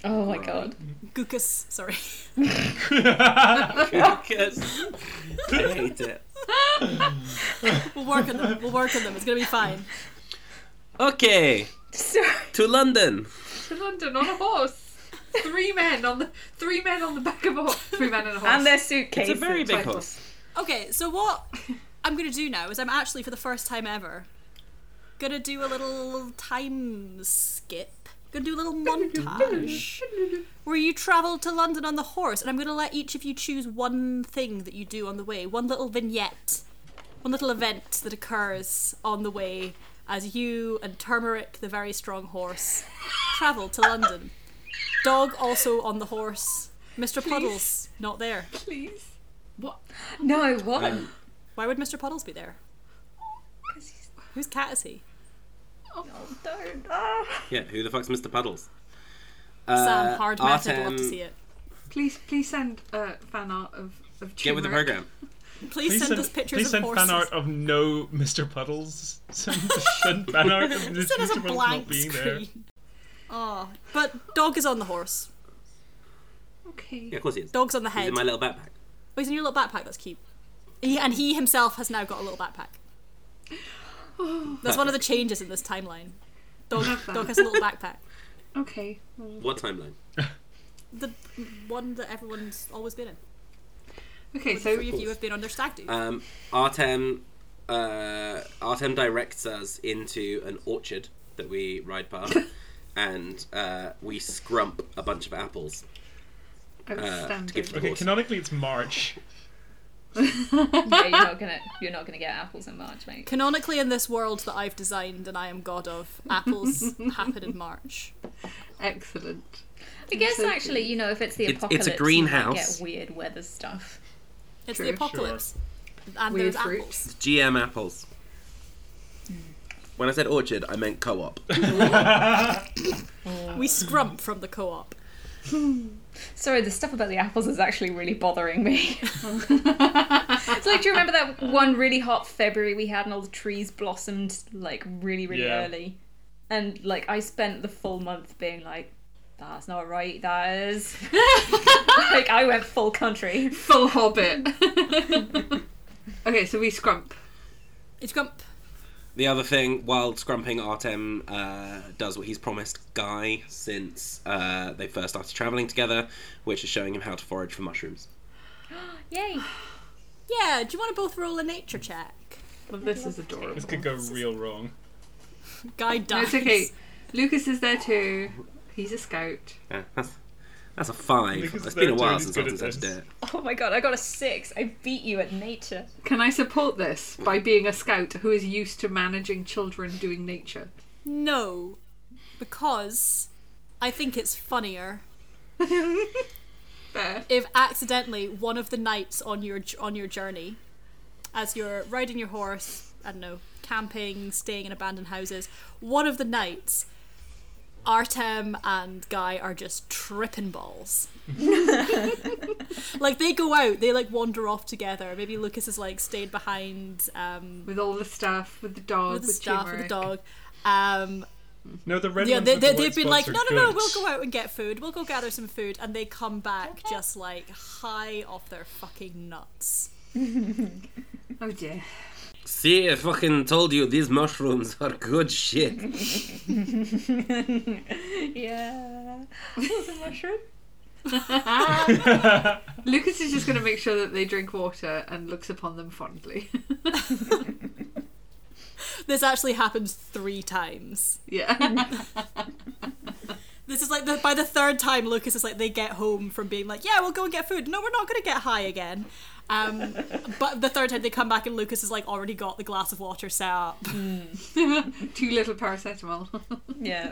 Speaker 5: Oh my god.
Speaker 3: Gookus, sorry.
Speaker 2: Lucas, I hate it.
Speaker 3: We'll work on them. We'll work on them. It's gonna be fine.
Speaker 2: Okay,
Speaker 5: Sorry.
Speaker 2: to London.
Speaker 6: To London on a horse. Three men on the three men on the back of a horse. Three men and a horse.
Speaker 5: And their suitcase.
Speaker 2: It's a very big
Speaker 6: Title.
Speaker 2: horse.
Speaker 3: Okay, so what I'm gonna do now is I'm actually for the first time ever gonna do a little time skip. Gonna do a little montage where you travel to London on the horse, and I'm gonna let each of you choose one thing that you do on the way, one little vignette, one little event that occurs on the way as you and Turmeric, the very strong horse, travel to London. Dog also on the horse. Mr. Puddles not there.
Speaker 6: Please. What?
Speaker 5: No, what?
Speaker 3: Why would Mr. Puddles be there? Whose cat is he?
Speaker 5: Don't. Ah.
Speaker 2: Yeah, who the fuck's Mr. Puddles?
Speaker 3: Sam Hard Method, would love to
Speaker 2: Uh, Artem,
Speaker 3: see it.
Speaker 6: Please, please send uh, fan art of of.
Speaker 2: Get with the
Speaker 6: turmeric.
Speaker 2: program.
Speaker 3: Please, send, us pictures
Speaker 4: please
Speaker 3: of
Speaker 4: send
Speaker 3: horses.
Speaker 4: fan art of no Mr. Puddles. Send, send fan art of this
Speaker 3: send us
Speaker 4: Mr.
Speaker 3: a
Speaker 4: Puddles
Speaker 3: blank
Speaker 4: not being there.
Speaker 3: screen. Oh, but dog is on the horse.
Speaker 6: Okay.
Speaker 2: Yeah, of course he is.
Speaker 3: Dog's on the
Speaker 2: He's
Speaker 3: head.
Speaker 2: in my little backpack.
Speaker 3: Oh, he's in your little backpack. That's cute. He, and he himself has now got a little backpack. That's one of the changes in this timeline. Dog, dog has a little backpack.
Speaker 6: Okay.
Speaker 2: What timeline?
Speaker 3: The one that everyone's always been in.
Speaker 6: Okay.
Speaker 3: The
Speaker 6: So
Speaker 3: three of you have been on their stag do.
Speaker 2: Um, Artem, uh, Artem directs us into an orchard that we ride past, and uh, we scrump a bunch of apples.
Speaker 6: outstanding.
Speaker 2: Uh, give-
Speaker 4: Okay, canonically it's March.
Speaker 5: yeah, you're not gonna you're not gonna get apples in March, mate.
Speaker 3: Canonically, in this world that I've designed and I am god of, apples happen in March.
Speaker 6: Excellent.
Speaker 5: I guess actually, you know, if it's the
Speaker 2: It's- it's
Speaker 5: apocalypse,
Speaker 2: a
Speaker 5: you might
Speaker 2: greenhouse.
Speaker 5: get weird weather stuff.
Speaker 3: It's
Speaker 6: True,
Speaker 3: the
Speaker 6: sure.
Speaker 3: apocalypse. And
Speaker 6: Weird
Speaker 3: there's
Speaker 6: fruit.
Speaker 3: apples.
Speaker 2: GM apples.
Speaker 3: Hmm.
Speaker 2: When I said orchard, I meant co-op.
Speaker 3: We scrump from the co op.
Speaker 5: Sorry, the stuff about the apples is actually really bothering me. it's like, do you remember that one really hot February we had and all the trees blossomed like really, really
Speaker 4: Yeah.
Speaker 5: early? And like, I spent the full month being like, that's not right, that is. like, I went full country.
Speaker 6: Full hobbit. okay, so we scrump.
Speaker 3: It's grump.
Speaker 2: The other thing, while scrumping, Artem uh, does what he's promised Guy since uh, they first started traveling together, which is showing him how to forage for mushrooms.
Speaker 5: Yay!
Speaker 3: Yeah, do you want to both roll a nature check?
Speaker 6: this is adorable.
Speaker 4: This could go real wrong.
Speaker 3: Guy dies.
Speaker 6: It's okay. Lucas is there too. He's a scout.
Speaker 2: Yeah, that's, that's a five.
Speaker 4: Because
Speaker 2: it's been a
Speaker 4: they're
Speaker 2: while
Speaker 4: doing
Speaker 2: since
Speaker 4: good
Speaker 2: Artem's
Speaker 4: at
Speaker 2: had to do
Speaker 4: this.
Speaker 2: it.
Speaker 5: Oh my god, I got a six. I beat you at nature.
Speaker 6: Can I support this by being a scout who is used to managing children doing nature?
Speaker 3: No, because I think it's funnier
Speaker 6: Fair.
Speaker 3: if accidentally one of the nights on your on your journey, as you're riding your horse, I don't know, camping, staying in abandoned houses, one of the nights, Artem and Guy are just tripping balls. like they go out, they like wander off together. Maybe Lucas has like stayed behind um,
Speaker 6: With all the stuff, with the dog,
Speaker 3: with
Speaker 6: with,
Speaker 3: the staff with the
Speaker 6: turmeric.
Speaker 3: dog. Um,
Speaker 4: No, the red
Speaker 3: yeah,
Speaker 4: ones
Speaker 3: they,
Speaker 4: with
Speaker 3: they,
Speaker 4: the white
Speaker 3: they've been like,
Speaker 4: spots
Speaker 3: no,
Speaker 4: are
Speaker 3: no, no,
Speaker 4: good.
Speaker 3: we'll go out and get food. We'll go gather some food, and they come back just like high off their fucking nuts.
Speaker 6: Oh dear.
Speaker 2: See, I fucking told you these mushrooms are good shit.
Speaker 5: Yeah. What's a mushroom?
Speaker 6: Lucas is just going to make sure that they drink water and looks upon them fondly.
Speaker 3: This actually happens three times.
Speaker 6: yeah.
Speaker 3: This is like the, by the third time, Lucas is like they get home from being like, yeah, we'll go and get food. No, we're not going to get high again. Um, but the third time they come back and Lucas has like already got the glass of water set up.
Speaker 6: Too little paracetamol.
Speaker 5: Yeah.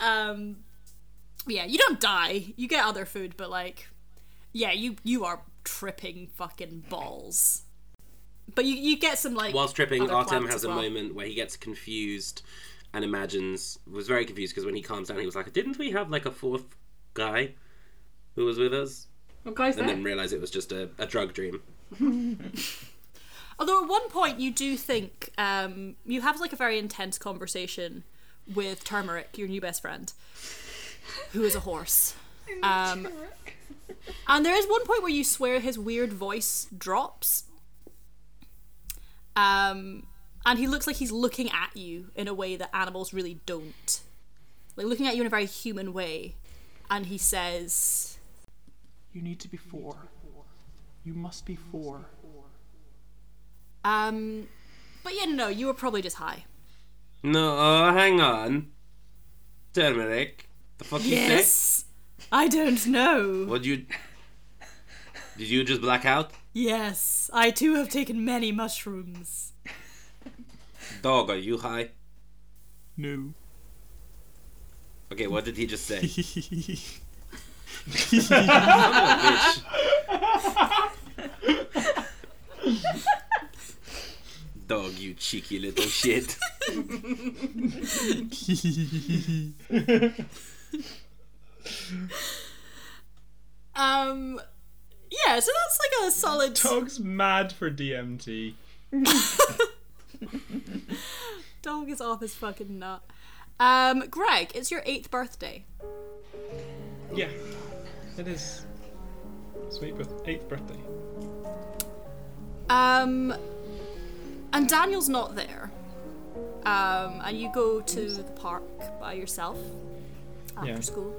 Speaker 3: Um, yeah, you don't die. You get other food, but like, yeah, you you are tripping fucking balls. But you you get some like
Speaker 2: While stripping,
Speaker 3: other
Speaker 2: Artem
Speaker 3: plants
Speaker 2: has
Speaker 3: as
Speaker 2: a
Speaker 3: well.
Speaker 2: moment where he gets confused and imagines was very confused because when he calms down, he was like, "Didn't we have like a fourth guy who was with us?"
Speaker 6: well, guys,
Speaker 2: And
Speaker 6: there.
Speaker 2: then realize it was just a, a drug dream.
Speaker 3: Although at one point you do think um, you have like a very intense conversation with Turmeric, your new best friend, who is a horse. Um, and there is one point where you swear his weird voice drops, um, and he looks like he's looking at you in a way that animals really don't, like looking at you in a very human way. And he says,
Speaker 10: You need to be four. You must be four.
Speaker 3: um, "But yeah, no, no, you were probably just high."
Speaker 2: No, uh, hang on, turmeric. The fuck you say?
Speaker 3: Yes, I don't know.
Speaker 2: What you? Did you just black out?
Speaker 3: Yes, I too have taken many mushrooms.
Speaker 2: Dog, are you high?
Speaker 10: No.
Speaker 2: Okay, what did he just say? Dog, you cheeky little shit.
Speaker 3: Um, yeah, so that's like a solid.
Speaker 4: Dog's mad for DMT.
Speaker 3: Dog is off his fucking nut. Um, Greg, it's your eighth birthday.
Speaker 4: Yeah, it is. Sweet birth- eighth birthday.
Speaker 3: Um, and Daniel's not there. Um, and you go to the park by yourself after
Speaker 4: Yeah.
Speaker 3: school.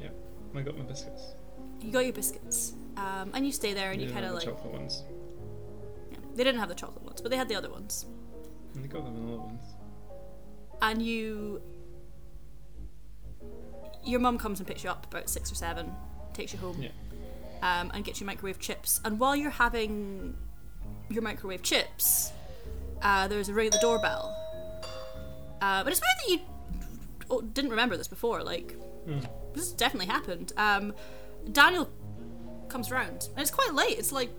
Speaker 4: Yeah, I got my biscuits.
Speaker 3: You got your biscuits. Um, and you stay there and you
Speaker 4: Yeah,
Speaker 3: kind of
Speaker 4: the
Speaker 3: like.
Speaker 4: chocolate ones.
Speaker 3: yeah. They didn't have the chocolate ones, but they had the other ones.
Speaker 4: And they got the vanilla ones.
Speaker 3: and you your mum comes and picks you up about six or seven takes you home
Speaker 4: Yeah.
Speaker 3: um, and get you microwave chips. And while you're having your microwave chips, uh, there's a ring at the doorbell. Uh, but it's weird that you oh, didn't remember this before. Like, this definitely happened. Um, Daniel comes round, and it's quite late. It's like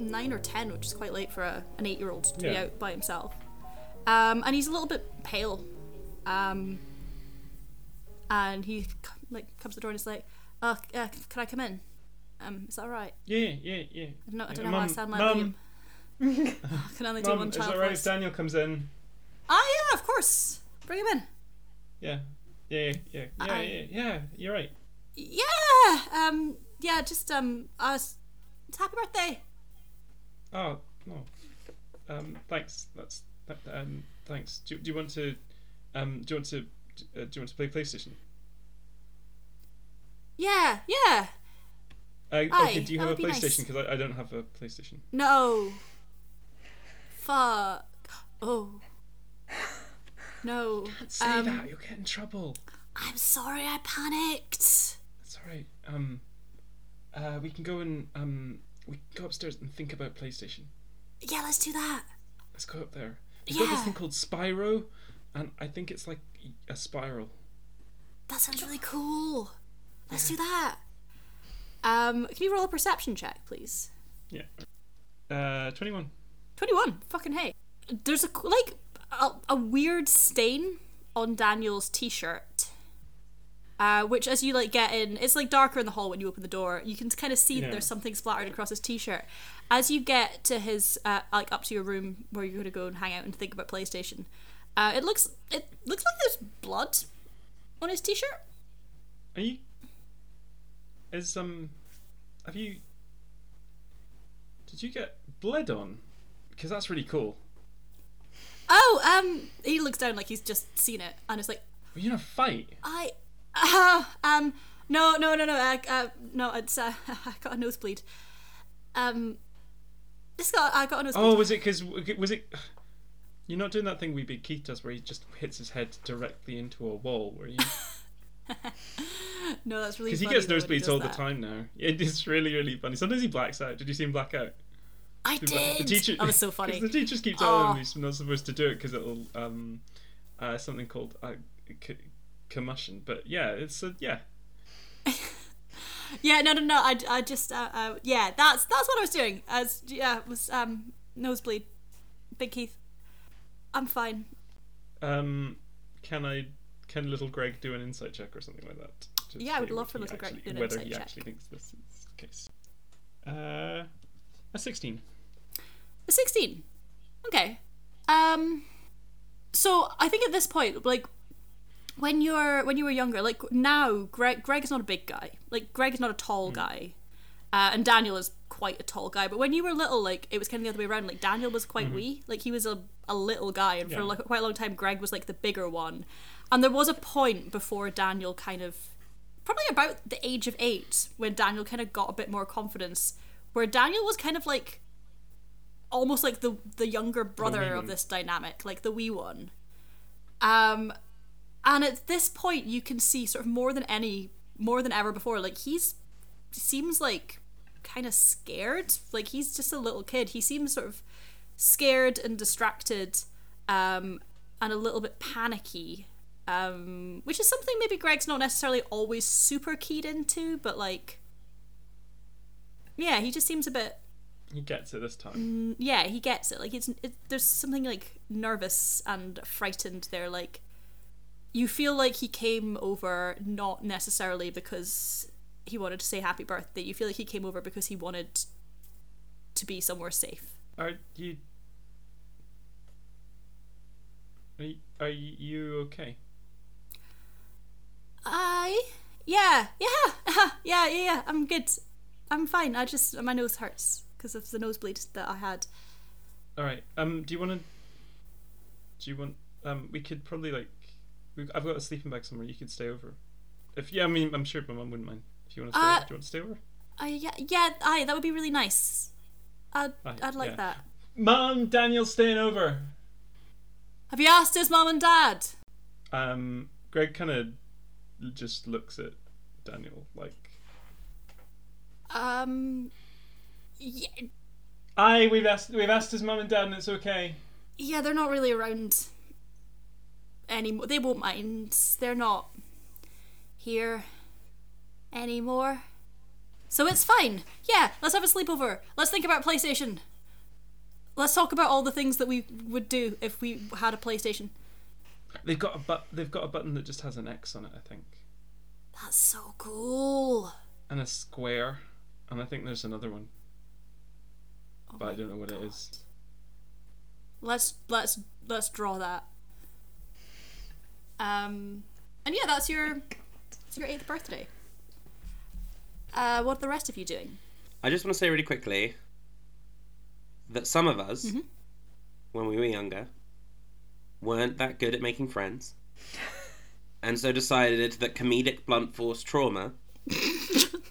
Speaker 3: nine or ten, which is quite late for a, an eight-year-old to be
Speaker 4: Yeah.
Speaker 3: out by himself. Um, and he's a little bit pale. Um, and he c- like comes to the door and he's like, "Uh, c- uh can I come in? Um, is that all right?
Speaker 4: Yeah, yeah, yeah.
Speaker 3: I don't know, I
Speaker 4: Yeah,
Speaker 3: don't know why I
Speaker 4: Mum,
Speaker 3: sound like
Speaker 4: Mum,
Speaker 3: William. I can only do
Speaker 4: Mum,
Speaker 3: one
Speaker 4: is
Speaker 3: child
Speaker 4: that right if
Speaker 3: voice.
Speaker 4: Daniel comes in?
Speaker 3: Ah, yeah, of course. Bring him in.
Speaker 4: Yeah, yeah, yeah, yeah, yeah,
Speaker 3: I-
Speaker 4: yeah, yeah. You're right.
Speaker 3: Yeah. Um. Yeah. Just um. Us. It's happy birthday.
Speaker 4: Oh no. Um, thanks. That's that, um, thanks. Do, do you want to um, do you want to uh, do you want to play PlayStation?
Speaker 3: Yeah. Yeah.
Speaker 4: Uh,
Speaker 3: Aye,
Speaker 4: okay. Do you
Speaker 3: that
Speaker 4: have a
Speaker 3: would be nice. Um,
Speaker 4: PlayStation? Because I, I don't have a PlayStation.
Speaker 3: No. Fuck. Oh. No.
Speaker 4: Say that you'll get in trouble.
Speaker 3: I'm sorry. I panicked.
Speaker 4: That's all right. Um, uh, we can go and um, we can go upstairs and think about PlayStation.
Speaker 3: Yeah. Let's do that.
Speaker 4: Let's go up there. We've got this
Speaker 3: Yeah.
Speaker 4: thing called Spyro, and I think it's like a spiral.
Speaker 3: That sounds really cool. Let's do that. Um. Can you roll a perception check, please?
Speaker 4: Yeah. Uh, twenty-one.
Speaker 3: 21 fucking hey there's a like a, a weird stain on daniel's t-shirt uh, which as you like get in it's like darker in the hall when you open the door you can kind of see that
Speaker 4: Yeah.
Speaker 3: there's something splattered across his t-shirt as you get to his uh, like up to your room where you're going to go and hang out and think about playstation uh, it looks it looks like there's blood on his t-shirt
Speaker 4: Are you? Is um, have you? Did you get bled on? Because that's really cool.
Speaker 3: oh um he looks down like he's just seen it and it's like
Speaker 4: Were you in a fight?
Speaker 3: I, uh, um, no, no, no, no, uh, uh, no, it's, uh, I got a nosebleed. Um, this got, I got a nosebleed.
Speaker 4: Oh, was it because was it? You're not doing that thing we big Keith does, where he just hits his head directly into a wall, were you?
Speaker 3: no, that's really
Speaker 4: Oh, Because he
Speaker 3: funny
Speaker 4: gets
Speaker 3: though when
Speaker 4: nosebleeds
Speaker 3: does
Speaker 4: all the
Speaker 3: that.
Speaker 4: time now. It is really, really funny. Sometimes he blacks out. Did you see him black out?
Speaker 3: I
Speaker 4: The bla-
Speaker 3: did.
Speaker 4: The teacher.
Speaker 3: That was so
Speaker 4: 'cause
Speaker 3: funny.
Speaker 4: The teachers keep telling
Speaker 3: Oh.
Speaker 4: him he's not supposed to do it because it'll um, uh, something called uh, c- commotion. But yeah, it's a, yeah.
Speaker 3: Yeah, no, no, no. I, I just, uh, uh, yeah, that's that's what I was doing. As yeah, it was um nosebleed, Big Keith. I'm fine.
Speaker 4: Um, can I? Can little Greg do an insight check or something like that? to
Speaker 3: Yeah, I would
Speaker 4: see
Speaker 3: love
Speaker 4: what
Speaker 3: for
Speaker 4: he
Speaker 3: little Greg to
Speaker 4: actually-
Speaker 3: do an
Speaker 4: Whether
Speaker 3: insight
Speaker 4: he
Speaker 3: check.
Speaker 4: actually thinks this is the case. Uh, a sixteen.
Speaker 3: A 16 okay um so i think at this point like when you're when you were younger like now greg greg is not a big guy like greg is not a tall guy uh, and daniel is quite a tall guy but when you were little like it was kind of the other way around like daniel was quite wee like he was a, a little guy and for
Speaker 4: Yeah.
Speaker 3: like, quite a long time greg was like the bigger one and there was a point before daniel kind of probably about the age of eight when daniel kind of got a bit more confidence where daniel was kind of like almost like the the younger brother
Speaker 4: wee one.
Speaker 3: of this dynamic, like the wee one. Um, and at this point, you can see sort of more than any, more than ever before. Like he's seems like kind of scared. Like he's just a little kid. He seems sort of scared and distracted, um, and a little bit panicky. Um, which is something maybe Greg's not necessarily always super keyed into, but like, yeah, he just seems a bit
Speaker 4: He gets it this time.
Speaker 3: yeah, he gets it. Like it's it, there's something like nervous and frightened there. Like you feel like he came over not necessarily because he wanted to say happy birthday. You feel like he came over because he wanted to be somewhere safe.
Speaker 4: Are you? Are you, are you okay?
Speaker 3: I yeah yeah yeah yeah yeah. I'm good. I'm fine. I just my nose hurts because of the nosebleed that I had.
Speaker 4: All right. Um. Do you want to? Do you want? Um. We could probably like. We, I've got a sleeping bag somewhere. You could stay over. If yeah, I mean, I'm sure my mum wouldn't mind. If you want to stay,
Speaker 3: Uh,
Speaker 4: over. do you want to stay over?
Speaker 3: I yeah yeah. I that would be really nice. I'd
Speaker 4: Aye,
Speaker 3: I'd like
Speaker 4: yeah.
Speaker 3: that.
Speaker 4: Mum, Daniel's staying over.
Speaker 3: Have you asked his mom and dad?
Speaker 4: Um. Greg kind of just looks at Daniel like.
Speaker 3: Um, yeah,
Speaker 4: Aye, we've asked we've asked his mum and dad, and it's okay.
Speaker 3: yeah, they're not really around anymore. They won't mind. They're not here anymore. So it's fine. Yeah, let's have a sleepover. Let's think about PlayStation. Let's talk about all the things that we would do if we had a PlayStation.
Speaker 4: They've got a but they've got a button that just has an X on it, I think,
Speaker 3: That's so cool.
Speaker 4: and a square, and I think there's another one,
Speaker 2: Oh
Speaker 4: but I don't know what it is.
Speaker 3: Let's let's let's draw that. Um, and yeah, that's your it's your eighth birthday. Uh, what are the rest of you doing?
Speaker 2: I just want to say really quickly that some of us,
Speaker 3: Mm-hmm.
Speaker 2: when we were younger, weren't that good at making friends, and so decided that comedic blunt force trauma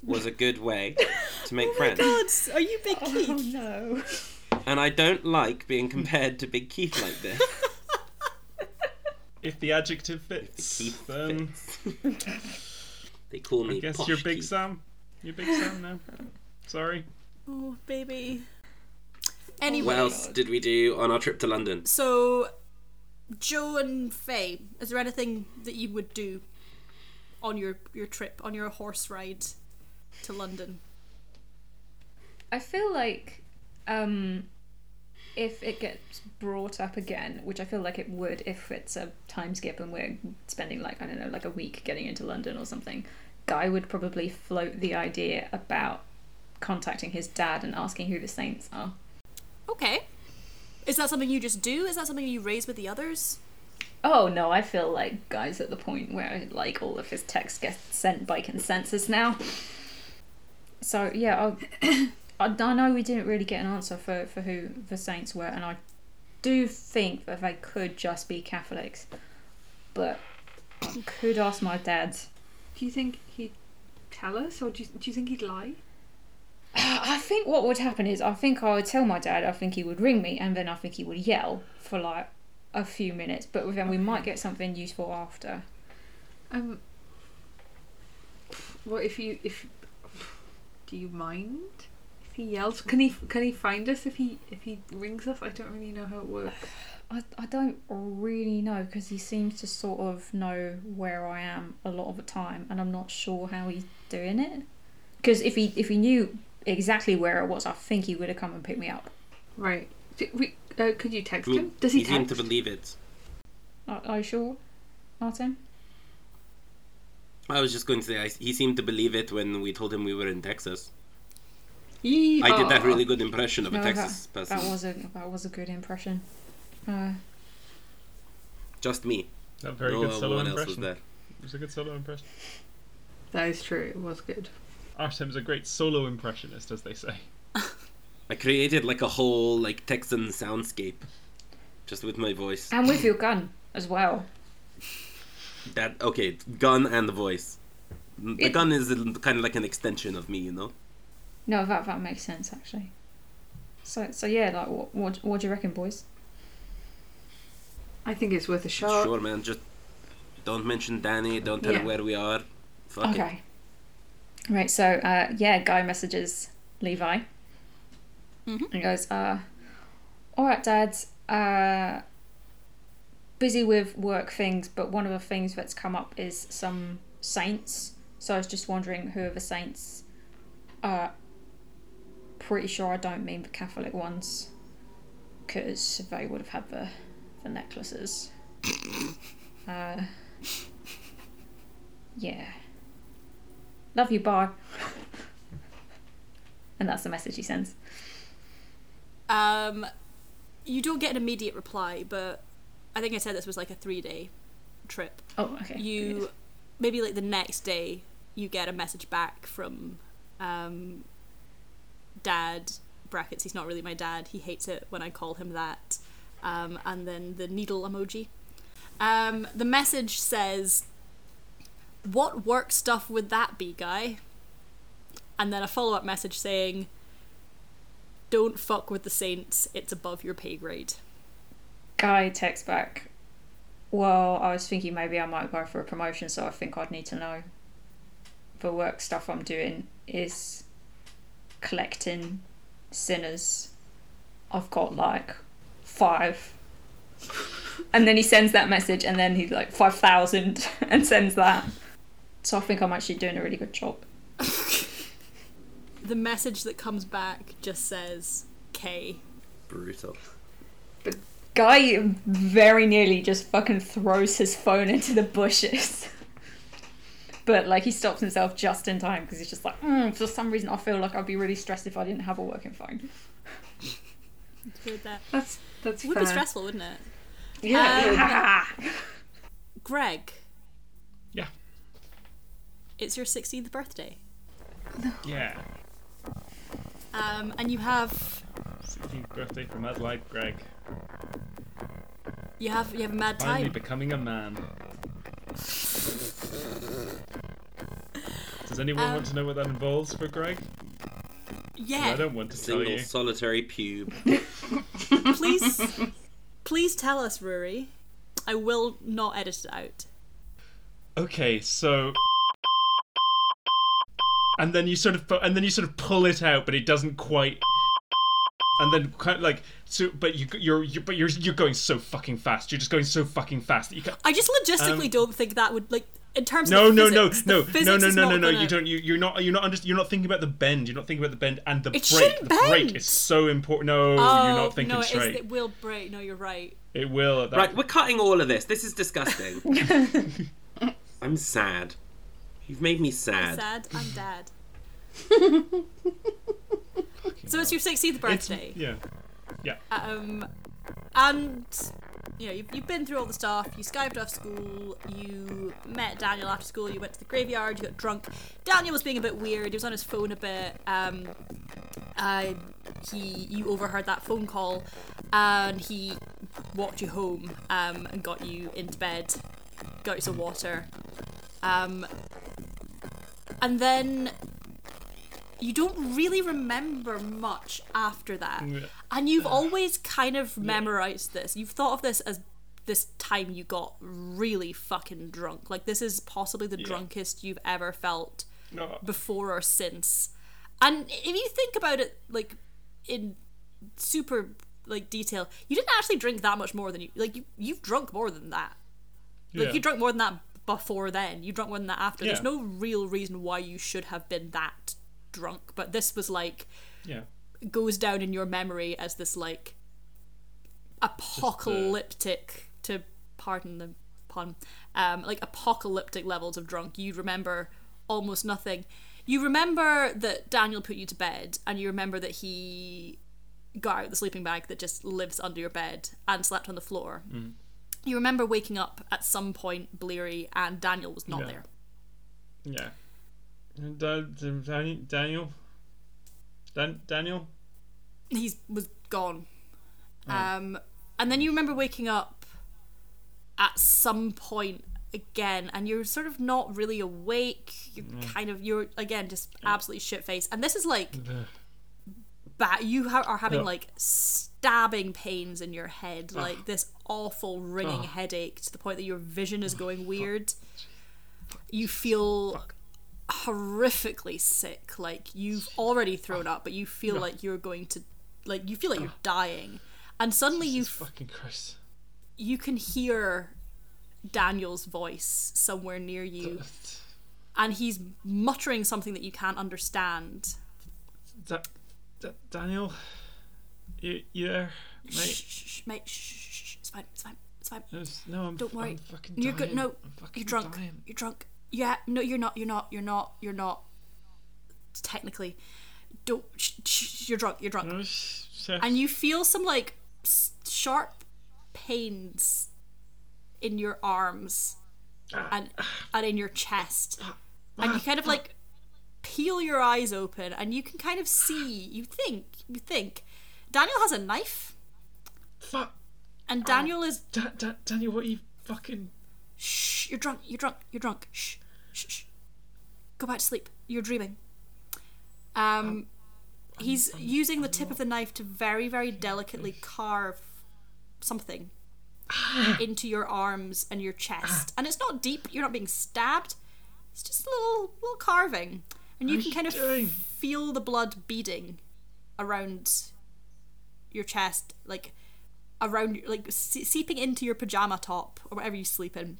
Speaker 2: was a good way to
Speaker 3: Oh
Speaker 2: make friends.
Speaker 3: Are you Big
Speaker 5: Oh
Speaker 3: Keith?
Speaker 5: no.
Speaker 2: And I don't like being compared to Big Keith like this.
Speaker 4: If the adjective fits,
Speaker 2: Keith
Speaker 4: then
Speaker 2: They call me.
Speaker 4: I guess
Speaker 2: Posh
Speaker 4: you're Big
Speaker 2: Keith.
Speaker 4: Sam. You're Big Sam now. Sorry.
Speaker 3: Oh, baby. Anyway,
Speaker 2: What else did we do on our trip to London?
Speaker 3: so Joe and Faye, is there anything that you would do on your your trip on your horse ride to London?
Speaker 5: I feel like um, if it gets brought up again, which I feel like it would if it's a time skip and we're spending like, I don't know, like a week getting into London or something, Guy would probably float the idea about contacting his dad and asking who the saints are.
Speaker 3: Okay. Is that something you just do? Is that something you raise with the others?
Speaker 5: Oh no, I feel like Guy's at the point where like all of his texts get sent by consensus now. So yeah, I'll, I I know we didn't really get an answer for, for who the saints were, and I do think that they could just be Catholics, but I could ask my dad.
Speaker 6: Do you think he'd tell us, or do you, do you think he'd lie?
Speaker 5: I think what would happen is I think I would tell my dad. I think he would ring me, and then I think he would yell for like a few minutes, but then we might get something useful after.
Speaker 6: Um. What if you if? Do you mind if he yells? Can he can he find us if he if he rings us? I don't really know how it works.
Speaker 5: I, I don't really know because he seems to sort of know where I am a lot of the time, and I'm not sure how he's doing it. Because if he if he knew exactly where I was, I think he would have come and picked me up.
Speaker 6: Right. Do we, uh, could you text
Speaker 2: You
Speaker 6: him? Does he
Speaker 2: seem
Speaker 6: text?
Speaker 2: to believe it.
Speaker 5: Are, are you sure, Martin?
Speaker 2: I was just going to say I, he seemed to believe it when we told him we were in Texas.
Speaker 6: Yee-
Speaker 2: I did that
Speaker 6: aw.
Speaker 2: really good impression of a
Speaker 5: Oh. No,
Speaker 2: Texas
Speaker 5: that,
Speaker 2: person.
Speaker 5: that was a that was a good impression. Uh,
Speaker 2: Just me.
Speaker 4: That very
Speaker 2: no
Speaker 4: good
Speaker 2: uh,
Speaker 4: solo
Speaker 2: one
Speaker 4: impression.
Speaker 2: else was there.
Speaker 4: It was a good solo impression.
Speaker 6: That is true. It was good.
Speaker 4: Artem's a great solo impressionist, as they say.
Speaker 2: I created like a whole like Texan soundscape, just with my voice.
Speaker 5: and with your gun as well.
Speaker 2: That okay, gun and the voice. The
Speaker 5: It-
Speaker 2: gun is a- kind of like an extension of me, you know.
Speaker 5: No, that that makes sense actually. So so yeah, like what what what do you reckon, boys?
Speaker 6: I think it's worth a shot.
Speaker 2: Sure, man. Just don't mention Danny. Don't tell
Speaker 6: Yeah.
Speaker 2: her where we are. Fuck it.
Speaker 5: Okay. Right, so uh, yeah, Guy messages Levi
Speaker 2: Mm-hmm.
Speaker 5: and goes, uh, All right, Dad, uh, busy with work things, but one of the things that's come up is some saints. So I was just wondering who are the saints. Uh, pretty sure I don't mean the Catholic ones because they would have had the, the necklaces. uh, yeah. Love you, bye. and that's the message he sends.
Speaker 3: Um, you don't get an immediate reply, but I think I said this was like a three day trip.
Speaker 5: Oh, okay.
Speaker 3: You maybe like the next day you get a message back from um, dad brackets. He's not really my dad. He hates it when I call him that. Um, and then the needle emoji. Um, the message says, "What work stuff would that be, guy?" And then a follow up message saying, don't fuck with the Saints. It's above your pay grade.
Speaker 5: Guy texts back. Well, I was thinking maybe I might go for a promotion, so I think I'd need to know the work stuff I'm doing is collecting sinners. I've got like five. and then he sends that message, and then he's like 5,000 and sends that. So I think I'm actually doing a really good job.
Speaker 3: The message that comes back just says K.
Speaker 2: Brutal.
Speaker 5: Guy very nearly just fucking throws his phone into the bushes. But like he stops himself just in time because he's just like, mm, for some reason I feel like I'd be really stressed if I didn't have a working phone.
Speaker 3: Good there.
Speaker 6: That's that's
Speaker 3: Would
Speaker 6: fair.
Speaker 3: be stressful, wouldn't it? Um,
Speaker 5: Yeah.
Speaker 3: Greg,
Speaker 4: Yeah.
Speaker 3: it's your 16th birthday,
Speaker 4: Yeah.
Speaker 3: um, and you have
Speaker 4: 16th birthday from Adelaide, Greg.
Speaker 3: you have you have a mad
Speaker 4: Finally
Speaker 3: time.
Speaker 4: becoming a man. Does anyone want to know what that involves for Greg? I
Speaker 3: Yeah,
Speaker 4: don't want to tell
Speaker 2: Single
Speaker 4: you.
Speaker 2: solitary pube.
Speaker 3: please, please tell us, Rory. I will not edit it out.
Speaker 4: Okay, so. And then you sort of pu- and then you sort of pull it out, but it doesn't quite. And then kind of like so, but you you're, you but you're you're going so fucking fast. You're just going so fucking fast that you can't.
Speaker 3: I just logistically don't think that would like in terms
Speaker 4: Um, No,
Speaker 3: of the
Speaker 4: no, no,
Speaker 3: physics, the
Speaker 4: no, no,
Speaker 3: physics
Speaker 4: no,
Speaker 3: is
Speaker 4: no,
Speaker 3: not
Speaker 4: no, no.
Speaker 3: gonna-
Speaker 4: You don't. You, you're not. You're not. Under, you're not thinking about the bend. You're not thinking about the bend and the
Speaker 3: It
Speaker 4: break.
Speaker 3: shouldn't
Speaker 4: The break
Speaker 3: bend.
Speaker 4: is so important. No,
Speaker 3: Oh,
Speaker 4: you're not thinking
Speaker 3: no, it is-
Speaker 4: straight.
Speaker 3: it will break. No, you're right.
Speaker 4: It will at that.
Speaker 2: Right, we're cutting all of this. This is disgusting. I'm sad. You've made me sad.
Speaker 3: Sad. I'm dead. so it's your 16th birthday.
Speaker 4: Yeah.
Speaker 3: Um, and you know you've, you've been through all the stuff. You skived off school. You met Daniel after school. You went to the graveyard. You got drunk. Daniel was being a bit weird. He was on his phone a bit. Um, uh, he you overheard that phone call, and he walked you home. Um, and got you into bed. Got you some water. Um, and then you don't really remember much after that. And you've always kind of memorized this. You've thought of this as this time you got really fucking drunk. Like this is possibly the drunkest you've ever felt
Speaker 4: No.
Speaker 3: before or since. And if you think about it like in super like detail, you didn't actually drink that much more than you like you you've drunk more than that. Like
Speaker 4: Yeah.
Speaker 3: you drank more than that before then. You drank more than that after.
Speaker 4: Yeah.
Speaker 3: There's no real reason why you should have been that drunk, but this was like
Speaker 4: Yeah.
Speaker 3: goes down in your memory as this like apocalyptic to pardon the pun um like apocalyptic levels of drunk you remember almost nothing you remember that daniel put you to bed and you remember that he got out the sleeping bag that just lives under your bed and slept on the floor you remember waking up at some point bleary and daniel was not
Speaker 4: Yeah.
Speaker 3: there
Speaker 4: Yeah. And, uh, Dan- Daniel. Dan- Daniel.
Speaker 3: he was gone. Um, and then you remember waking up at some point again, and you're sort of not really awake. You're kind of you're again just absolutely shit faced. And this is like, ba- you ha- are having
Speaker 4: Yeah.
Speaker 3: like stabbing pains in your head, like this awful ringing headache to the point that your vision is going weird. You feel horrifically sick. Like you've already thrown up, but you feel like you're going to, like you feel like you're dying, and suddenly you f-
Speaker 4: Fucking Christ.
Speaker 3: you can hear Daniel's voice somewhere near you, and he's muttering something that you can't understand.
Speaker 4: Da- da- Daniel. You, you there,
Speaker 3: Shh,
Speaker 4: mate?
Speaker 3: shh, mate, shh, shh, shh, it's fine, it's fine, it's fine.
Speaker 4: There's- No, I'm.
Speaker 3: Don't worry.
Speaker 4: I'm fucking
Speaker 3: You're good.
Speaker 4: dying.
Speaker 3: No,
Speaker 4: I'm fucking
Speaker 3: you're drunk.
Speaker 4: dying.
Speaker 3: You're drunk. Yeah. No, you're not. You're not. You're not. You're not. Technically, don't. Sh- sh- you're drunk. You're drunk.
Speaker 4: No, Oh, sh- sh-
Speaker 3: and you feel some like s- sharp pains in your arms
Speaker 4: Ah.
Speaker 3: and and in your chest and you kind of like peel your eyes open and you can kind of see you think you think daniel has a knife
Speaker 4: Fuck.
Speaker 3: and
Speaker 4: Ah.
Speaker 3: daniel is
Speaker 4: Da- da- Daniel, what are you fucking.
Speaker 3: shh you're drunk you're drunk you're drunk shh shh, shh. go back to sleep you're dreaming um he's using the tip of the knife to very very delicately carve something into your arms and your chest. And it's not deep, you're not being stabbed. It's just a little little carving. and you
Speaker 10: What
Speaker 3: can
Speaker 10: are
Speaker 3: kind
Speaker 10: you
Speaker 3: of
Speaker 10: doing?
Speaker 3: feel the blood beading around your chest, like around, like see- seeping into your pajama top or whatever you sleep in.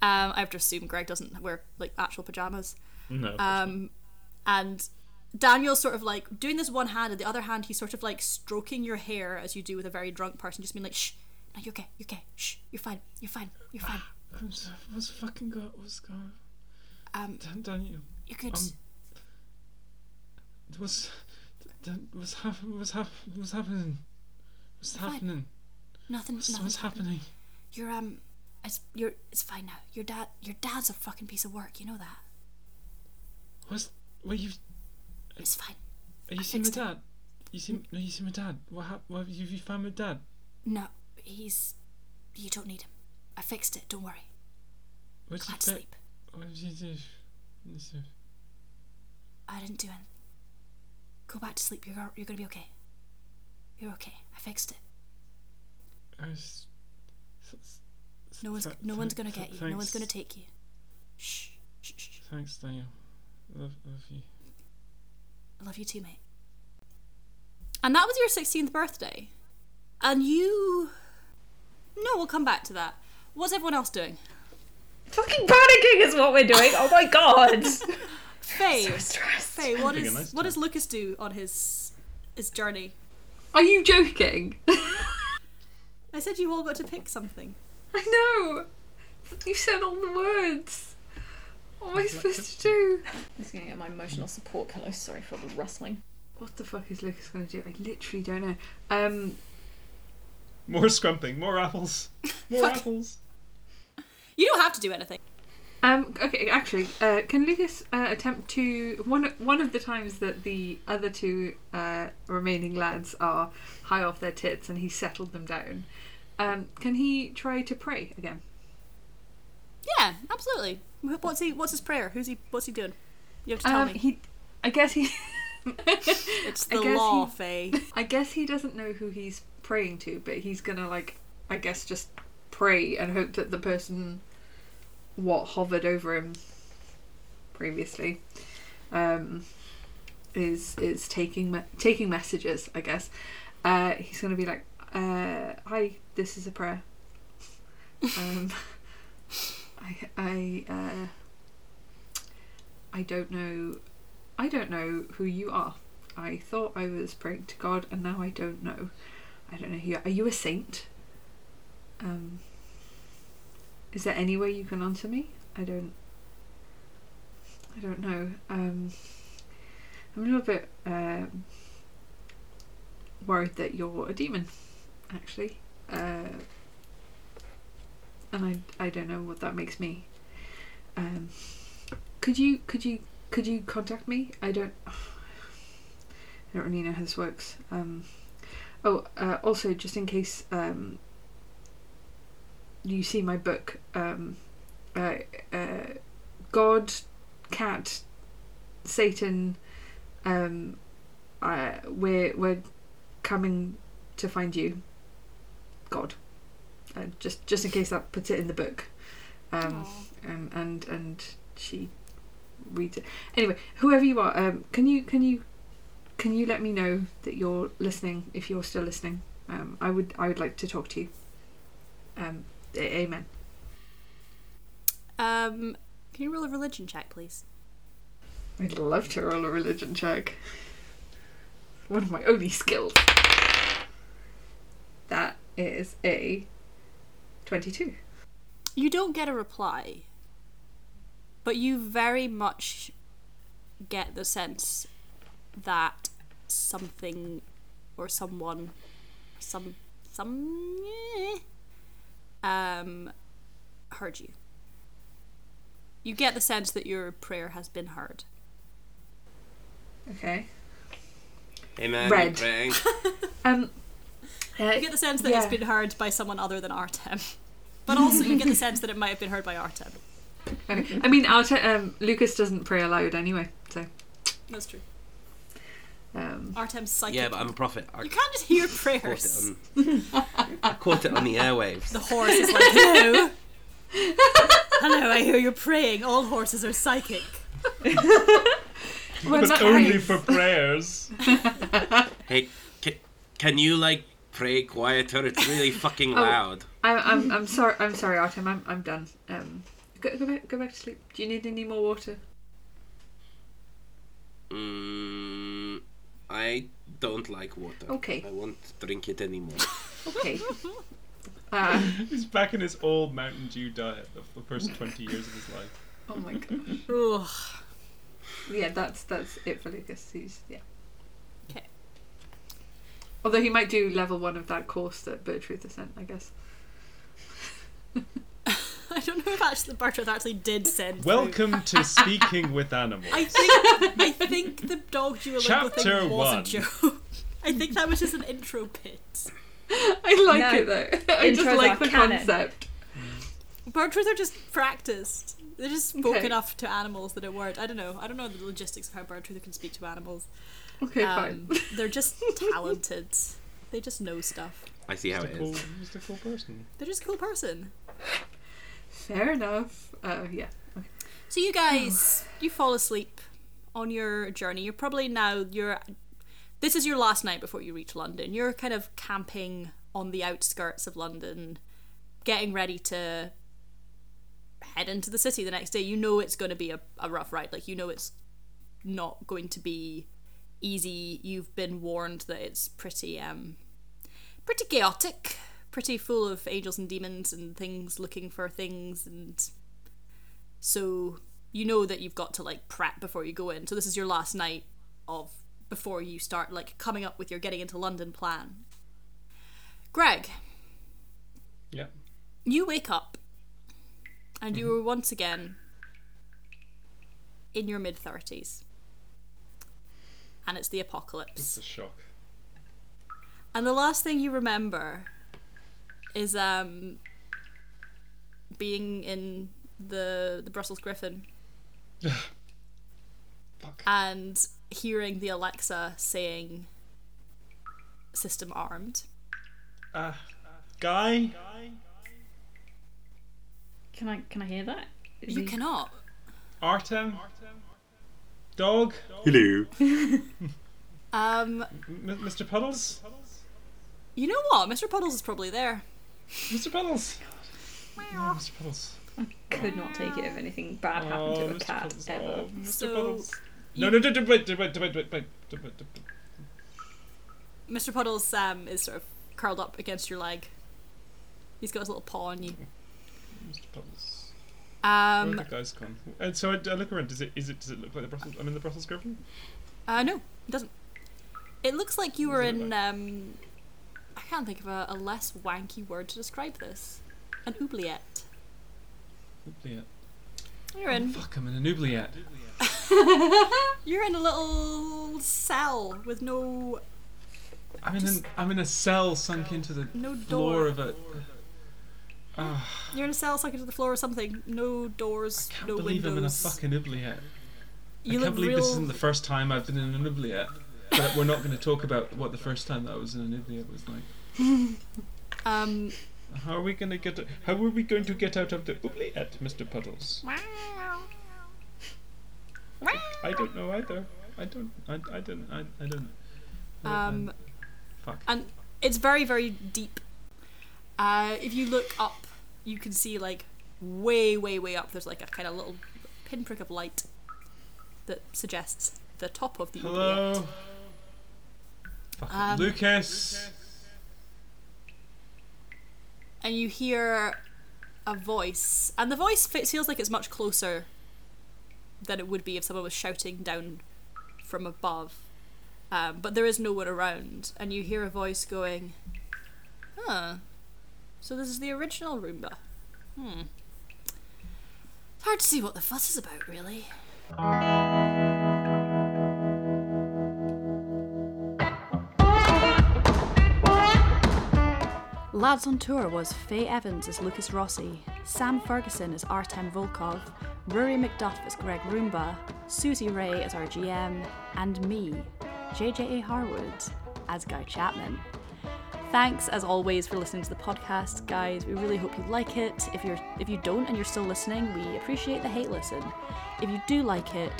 Speaker 3: Um, I have to assume Greg doesn't wear like actual pajamas.
Speaker 4: No.
Speaker 3: Um, and Daniel's sort of like doing this one hand, and the other hand he's sort of like stroking your hair as you do with a very drunk person, just being like, "Shh, no, you're okay, you're okay, shh, you're fine, you're fine, you're fine,
Speaker 10: I'm so, what's fucking got? What's going?
Speaker 3: um,
Speaker 10: Dan- Daniel,
Speaker 3: you're good."
Speaker 10: Um, what's, Dan- what's happening? What's happening? What's happening? What's
Speaker 3: fine.
Speaker 10: happening?
Speaker 3: Nothing,
Speaker 10: What's,
Speaker 3: nothing.
Speaker 10: what's happening?
Speaker 3: You're um, it's you're it's fine now. Your dad, your dad's a fucking piece of work. You know that.
Speaker 10: What's? Wait, you?
Speaker 3: It's fine.
Speaker 10: Are you
Speaker 3: I
Speaker 10: seeing my
Speaker 3: fixed it.
Speaker 10: dad? You see? No, you see my dad. What happened? What, have you found my dad?
Speaker 3: No, he's. You don't need him. I fixed it. Don't worry.
Speaker 10: What did
Speaker 3: Glad
Speaker 10: you
Speaker 3: to
Speaker 10: say?
Speaker 3: sleep.
Speaker 10: What did you do? This is-
Speaker 3: I didn't do anything. Go back to sleep. You're go- you're gonna be okay. You're okay. I fixed it.
Speaker 10: I was- s- s-
Speaker 3: No one's
Speaker 10: th-
Speaker 3: no
Speaker 10: th-
Speaker 3: one's gonna
Speaker 10: th-
Speaker 3: get you. No one's
Speaker 10: thanks-
Speaker 3: gonna take you. Shh. Shh. shh, shh.
Speaker 10: Thanks, Daniel. Love, love you.
Speaker 3: I love you too, mate. And that was your 16th birthday. And you. No, we'll come back to that. What's everyone else doing?
Speaker 5: Fucking panicking is what we're doing. Oh my god.
Speaker 3: Faye.
Speaker 5: Stress.
Speaker 3: Faye, what
Speaker 4: Having a
Speaker 3: is
Speaker 4: nice
Speaker 3: what
Speaker 4: time.
Speaker 3: does Lucas do on his his journey?
Speaker 6: Are you joking?
Speaker 3: I said you all got to pick something.
Speaker 6: I know. You said all the words. What am I supposed to do?
Speaker 5: I'm just gonna get my emotional support pillow. Sorry for the rustling.
Speaker 6: What the fuck is Lucas going to do? I literally don't know. Um,
Speaker 4: More scrumping, more apples, more apples.
Speaker 3: You don't have to do anything.
Speaker 6: Um, okay, actually, uh, can Lucas uh, attempt to one one of the times that the other two uh, remaining lads are high off their tits and he settled them down? Um, can he try to pray again?
Speaker 3: Yeah, absolutely. Wh- What's he? What's his prayer? Who's he? What's he doing? You have to tell
Speaker 6: um,
Speaker 3: me.
Speaker 6: He, I guess he.
Speaker 3: It's
Speaker 6: I
Speaker 3: the
Speaker 6: guess
Speaker 3: law,
Speaker 6: he-
Speaker 3: Faye.
Speaker 6: I guess he doesn't know who he's praying to, but he's gonna like, I guess, just pray and hope that the person what hovered over him previously um, is is taking me- taking messages. I guess uh, he's gonna be like, uh, "Hi, this is a prayer. Um, I I uh, I don't know, I don't know who you are." I thought I was praying to God, and now I don't know. I don't know who. Are you a saint? Um, is there any way you can answer me? I don't. I don't know. Um, I'm a little bit um, worried that you're a demon, actually, uh, and I I don't know what that makes me. Um, could you could you could you contact me? I don't. I don't really know how this works. Um, oh, uh, also, just in case um, you see my book, um, uh, uh, God, Cat, Satan, um, uh, we're, we're coming to find you, God. Uh, just just in case that puts it in the book. Um, um, and and she reads it. Anyway, whoever you are, um, can you can you can you let me know that you're listening if you're still listening um, i would i would like to talk to you um, a- amen
Speaker 3: Um, can you roll a religion check, please?
Speaker 6: i'd love to roll a religion check one of my only skills that is a 22
Speaker 3: You don't get a reply, but you very much get the sense that something or someone, some, some, um, heard you. You get the sense that your prayer has been heard.
Speaker 6: okay
Speaker 2: Amen.
Speaker 6: Red.
Speaker 2: Bang.
Speaker 6: um uh,
Speaker 3: You get the sense that it's
Speaker 6: Yeah.
Speaker 3: been heard by someone other than Artem, but also you get the sense that it might have been heard by Artem.
Speaker 6: i mean I'll t- um, lucas doesn't pray aloud anyway so
Speaker 3: That's true.
Speaker 6: um,
Speaker 3: Artem's psychic.
Speaker 2: Yeah, but I'm a prophet. I
Speaker 3: you can't just hear
Speaker 2: caught it
Speaker 3: prayers.
Speaker 2: on. I caught it on the airwaves.
Speaker 3: The horse is like, hello. hello, I hear you're praying. All horses are psychic.
Speaker 6: We're
Speaker 4: but
Speaker 6: not
Speaker 4: only
Speaker 6: nice.
Speaker 4: for prayers.
Speaker 2: Hey, can, can you like pray quieter? It's really fucking
Speaker 6: Oh.
Speaker 2: loud.
Speaker 6: I, I'm, I'm sorry. I'm sorry, Artem. I'm, I'm done. Um, go, go back. Go back to sleep. Do you need any more water?
Speaker 2: Mm, I don't like water.
Speaker 6: Okay.
Speaker 2: I won't drink it anymore.
Speaker 6: Okay. Uh,
Speaker 4: He's back in his old Mountain Dew diet of the first 20 years of his life.
Speaker 6: oh my god.
Speaker 3: Ugh.
Speaker 6: Yeah, that's that's it for Lucas. He's yeah.
Speaker 3: 'Kay.
Speaker 6: Although he might do level one of that course that Bertruth has sent, I guess.
Speaker 3: I don't know if actually Bertrand actually did send.
Speaker 4: Welcome to Speaking with Animals.
Speaker 3: I think I think the dog Duolingo
Speaker 4: Chapter
Speaker 3: thing was
Speaker 4: one.
Speaker 3: a joke. I think that was just an intro bit.
Speaker 6: I like
Speaker 5: No.
Speaker 6: it though. I just
Speaker 5: Intros
Speaker 6: like
Speaker 5: are
Speaker 6: the
Speaker 5: canon.
Speaker 6: concept.
Speaker 3: Birdwith are just practiced. They just spoke
Speaker 6: Okay.
Speaker 3: enough to animals that it worked. I don't know. I don't know the logistics of how birdwither can speak to animals.
Speaker 6: Okay,
Speaker 3: Um,
Speaker 6: fine.
Speaker 3: they're just talented. They just know stuff.
Speaker 2: I see how
Speaker 4: He's
Speaker 2: it
Speaker 4: a cool,
Speaker 2: is.
Speaker 4: he's a cool person.
Speaker 3: They're just a cool person.
Speaker 6: Fair enough. Uh, yeah. Okay.
Speaker 3: So you guys, you fall asleep on your journey. You're probably now you're this is your last night before you reach London. You're kind of camping on the outskirts of London, getting ready to head into the city the next day. You know it's going to be a, a rough ride. Like you know it's not going to be easy. You've been warned that it's pretty um pretty chaotic, pretty full of angels and demons and things looking for things and so you know that you've got to like prep before you go in so this is your last night of before you start like coming up with your getting into london plan greg
Speaker 4: Yeah.
Speaker 3: you wake up and you are once again in your mid 30s and it's the apocalypse
Speaker 4: It's a shock.
Speaker 3: and the last thing you remember is um being in the the Brussels Griffin.
Speaker 4: Fuck.
Speaker 3: And hearing the Alexa saying system armed.
Speaker 4: Uh, guy?
Speaker 5: Can I can I hear that?
Speaker 3: You cannot.
Speaker 4: Artem? Dog?
Speaker 2: Hello.
Speaker 3: Um
Speaker 4: M- Mr. Puddles?
Speaker 3: you know what? Mr. Puddles is probably there.
Speaker 4: Mr. Puddles? Yeah, Mr. Puddles.
Speaker 5: Could not take it if anything bad happened
Speaker 4: Oh,
Speaker 5: to a
Speaker 4: Mr.
Speaker 5: cat
Speaker 4: Puddles.
Speaker 5: ever.
Speaker 4: Oh, Mr.
Speaker 3: So,
Speaker 4: Puddles. No,
Speaker 3: you-
Speaker 4: no, no, no, wait, wait, wait, wait, wait, wait, wait, wait.
Speaker 3: Mr. Puddles um is sort of curled up against your leg. He's got his little paw on you.
Speaker 4: Mr. Puddles. Where
Speaker 3: Um
Speaker 4: have the guys gone? And so I, I look around. Does it, is it, does it look like the Brussels? I'm in the Brussels Griffin.
Speaker 3: Uh, no, it doesn't. It looks like you were
Speaker 4: does it
Speaker 3: in. Um, I can't think of a, a less wanky word to describe this. An oubliette.
Speaker 4: Oubliette.
Speaker 3: You're in.
Speaker 4: Fuck, I'm in an oubliette.
Speaker 3: You're in a little cell with no
Speaker 4: I'm in, an, I'm in a cell sunk into the
Speaker 3: no
Speaker 4: floor
Speaker 3: door.
Speaker 4: of a. Ah,
Speaker 3: You're in a cell stuck into the floor or something. No doors.
Speaker 4: can't
Speaker 3: no
Speaker 4: believe
Speaker 3: windows.
Speaker 4: I'm in a fucking oubliette.
Speaker 3: you
Speaker 4: I can't
Speaker 3: look
Speaker 4: believe
Speaker 3: real.
Speaker 4: this isn't the first time I've been in an oubliette. But we're not going to talk about what the first time that I was in an oubliette was like.
Speaker 3: um,
Speaker 4: How are we going to get? How are we going to get out of the oubliette, Mr. Puddles? I don't know either. I don't. I, I don't. I, I don't know.
Speaker 3: um,
Speaker 4: Fuck.
Speaker 3: and it's very very deep. Uh, if you look up, you can see like way way way up. There's like a kind of little pinprick of light that suggests the top of the oubliette.
Speaker 4: Hello. Fuck.
Speaker 3: Um,
Speaker 4: Lucas.
Speaker 3: and you hear a voice, and the voice fe- feels like it's much closer than it would be if someone was shouting down from above. Um, but there is no one around, and you hear a voice going, "Huh? So this is the original Roomba? Hmm. It's hard to see what the fuss is about, really." Lads on Tour was Faye Evans as Lucas Rossi, Sam Ferguson as Artem Volkov, Rory McDuff as Greg Roomba, Susie Ray as our GM, and me, JJA Harwood, as Guy Chapman. Thanks as always for listening to the podcast, guys. We really hope you like it. If you're if you don't and you're still listening, we appreciate the hate listen. If you do like it,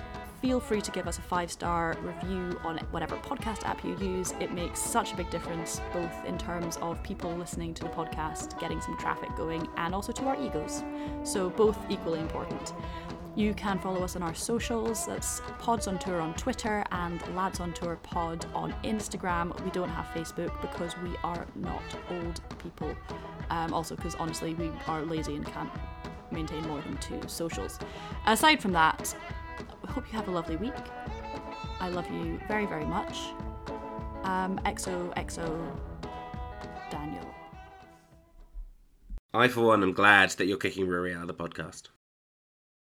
Speaker 3: feel free to give us a five-star review on whatever podcast app you use. It makes such a big difference both in terms of people listening to the podcast, getting some traffic going, and also to our egos. So both equally important. You can follow us on our socials. That's Pods on Tour on Twitter and Lads on Tour Pod on Instagram. We don't have Facebook because we are not old people. Um, also, because honestly, we are lazy and can't maintain more than two socials. Aside from that, I hope you have a lovely week. I love you very, very much. Um, XOXO Daniel.
Speaker 2: I, for one, am glad that you're kicking Rory out of the podcast.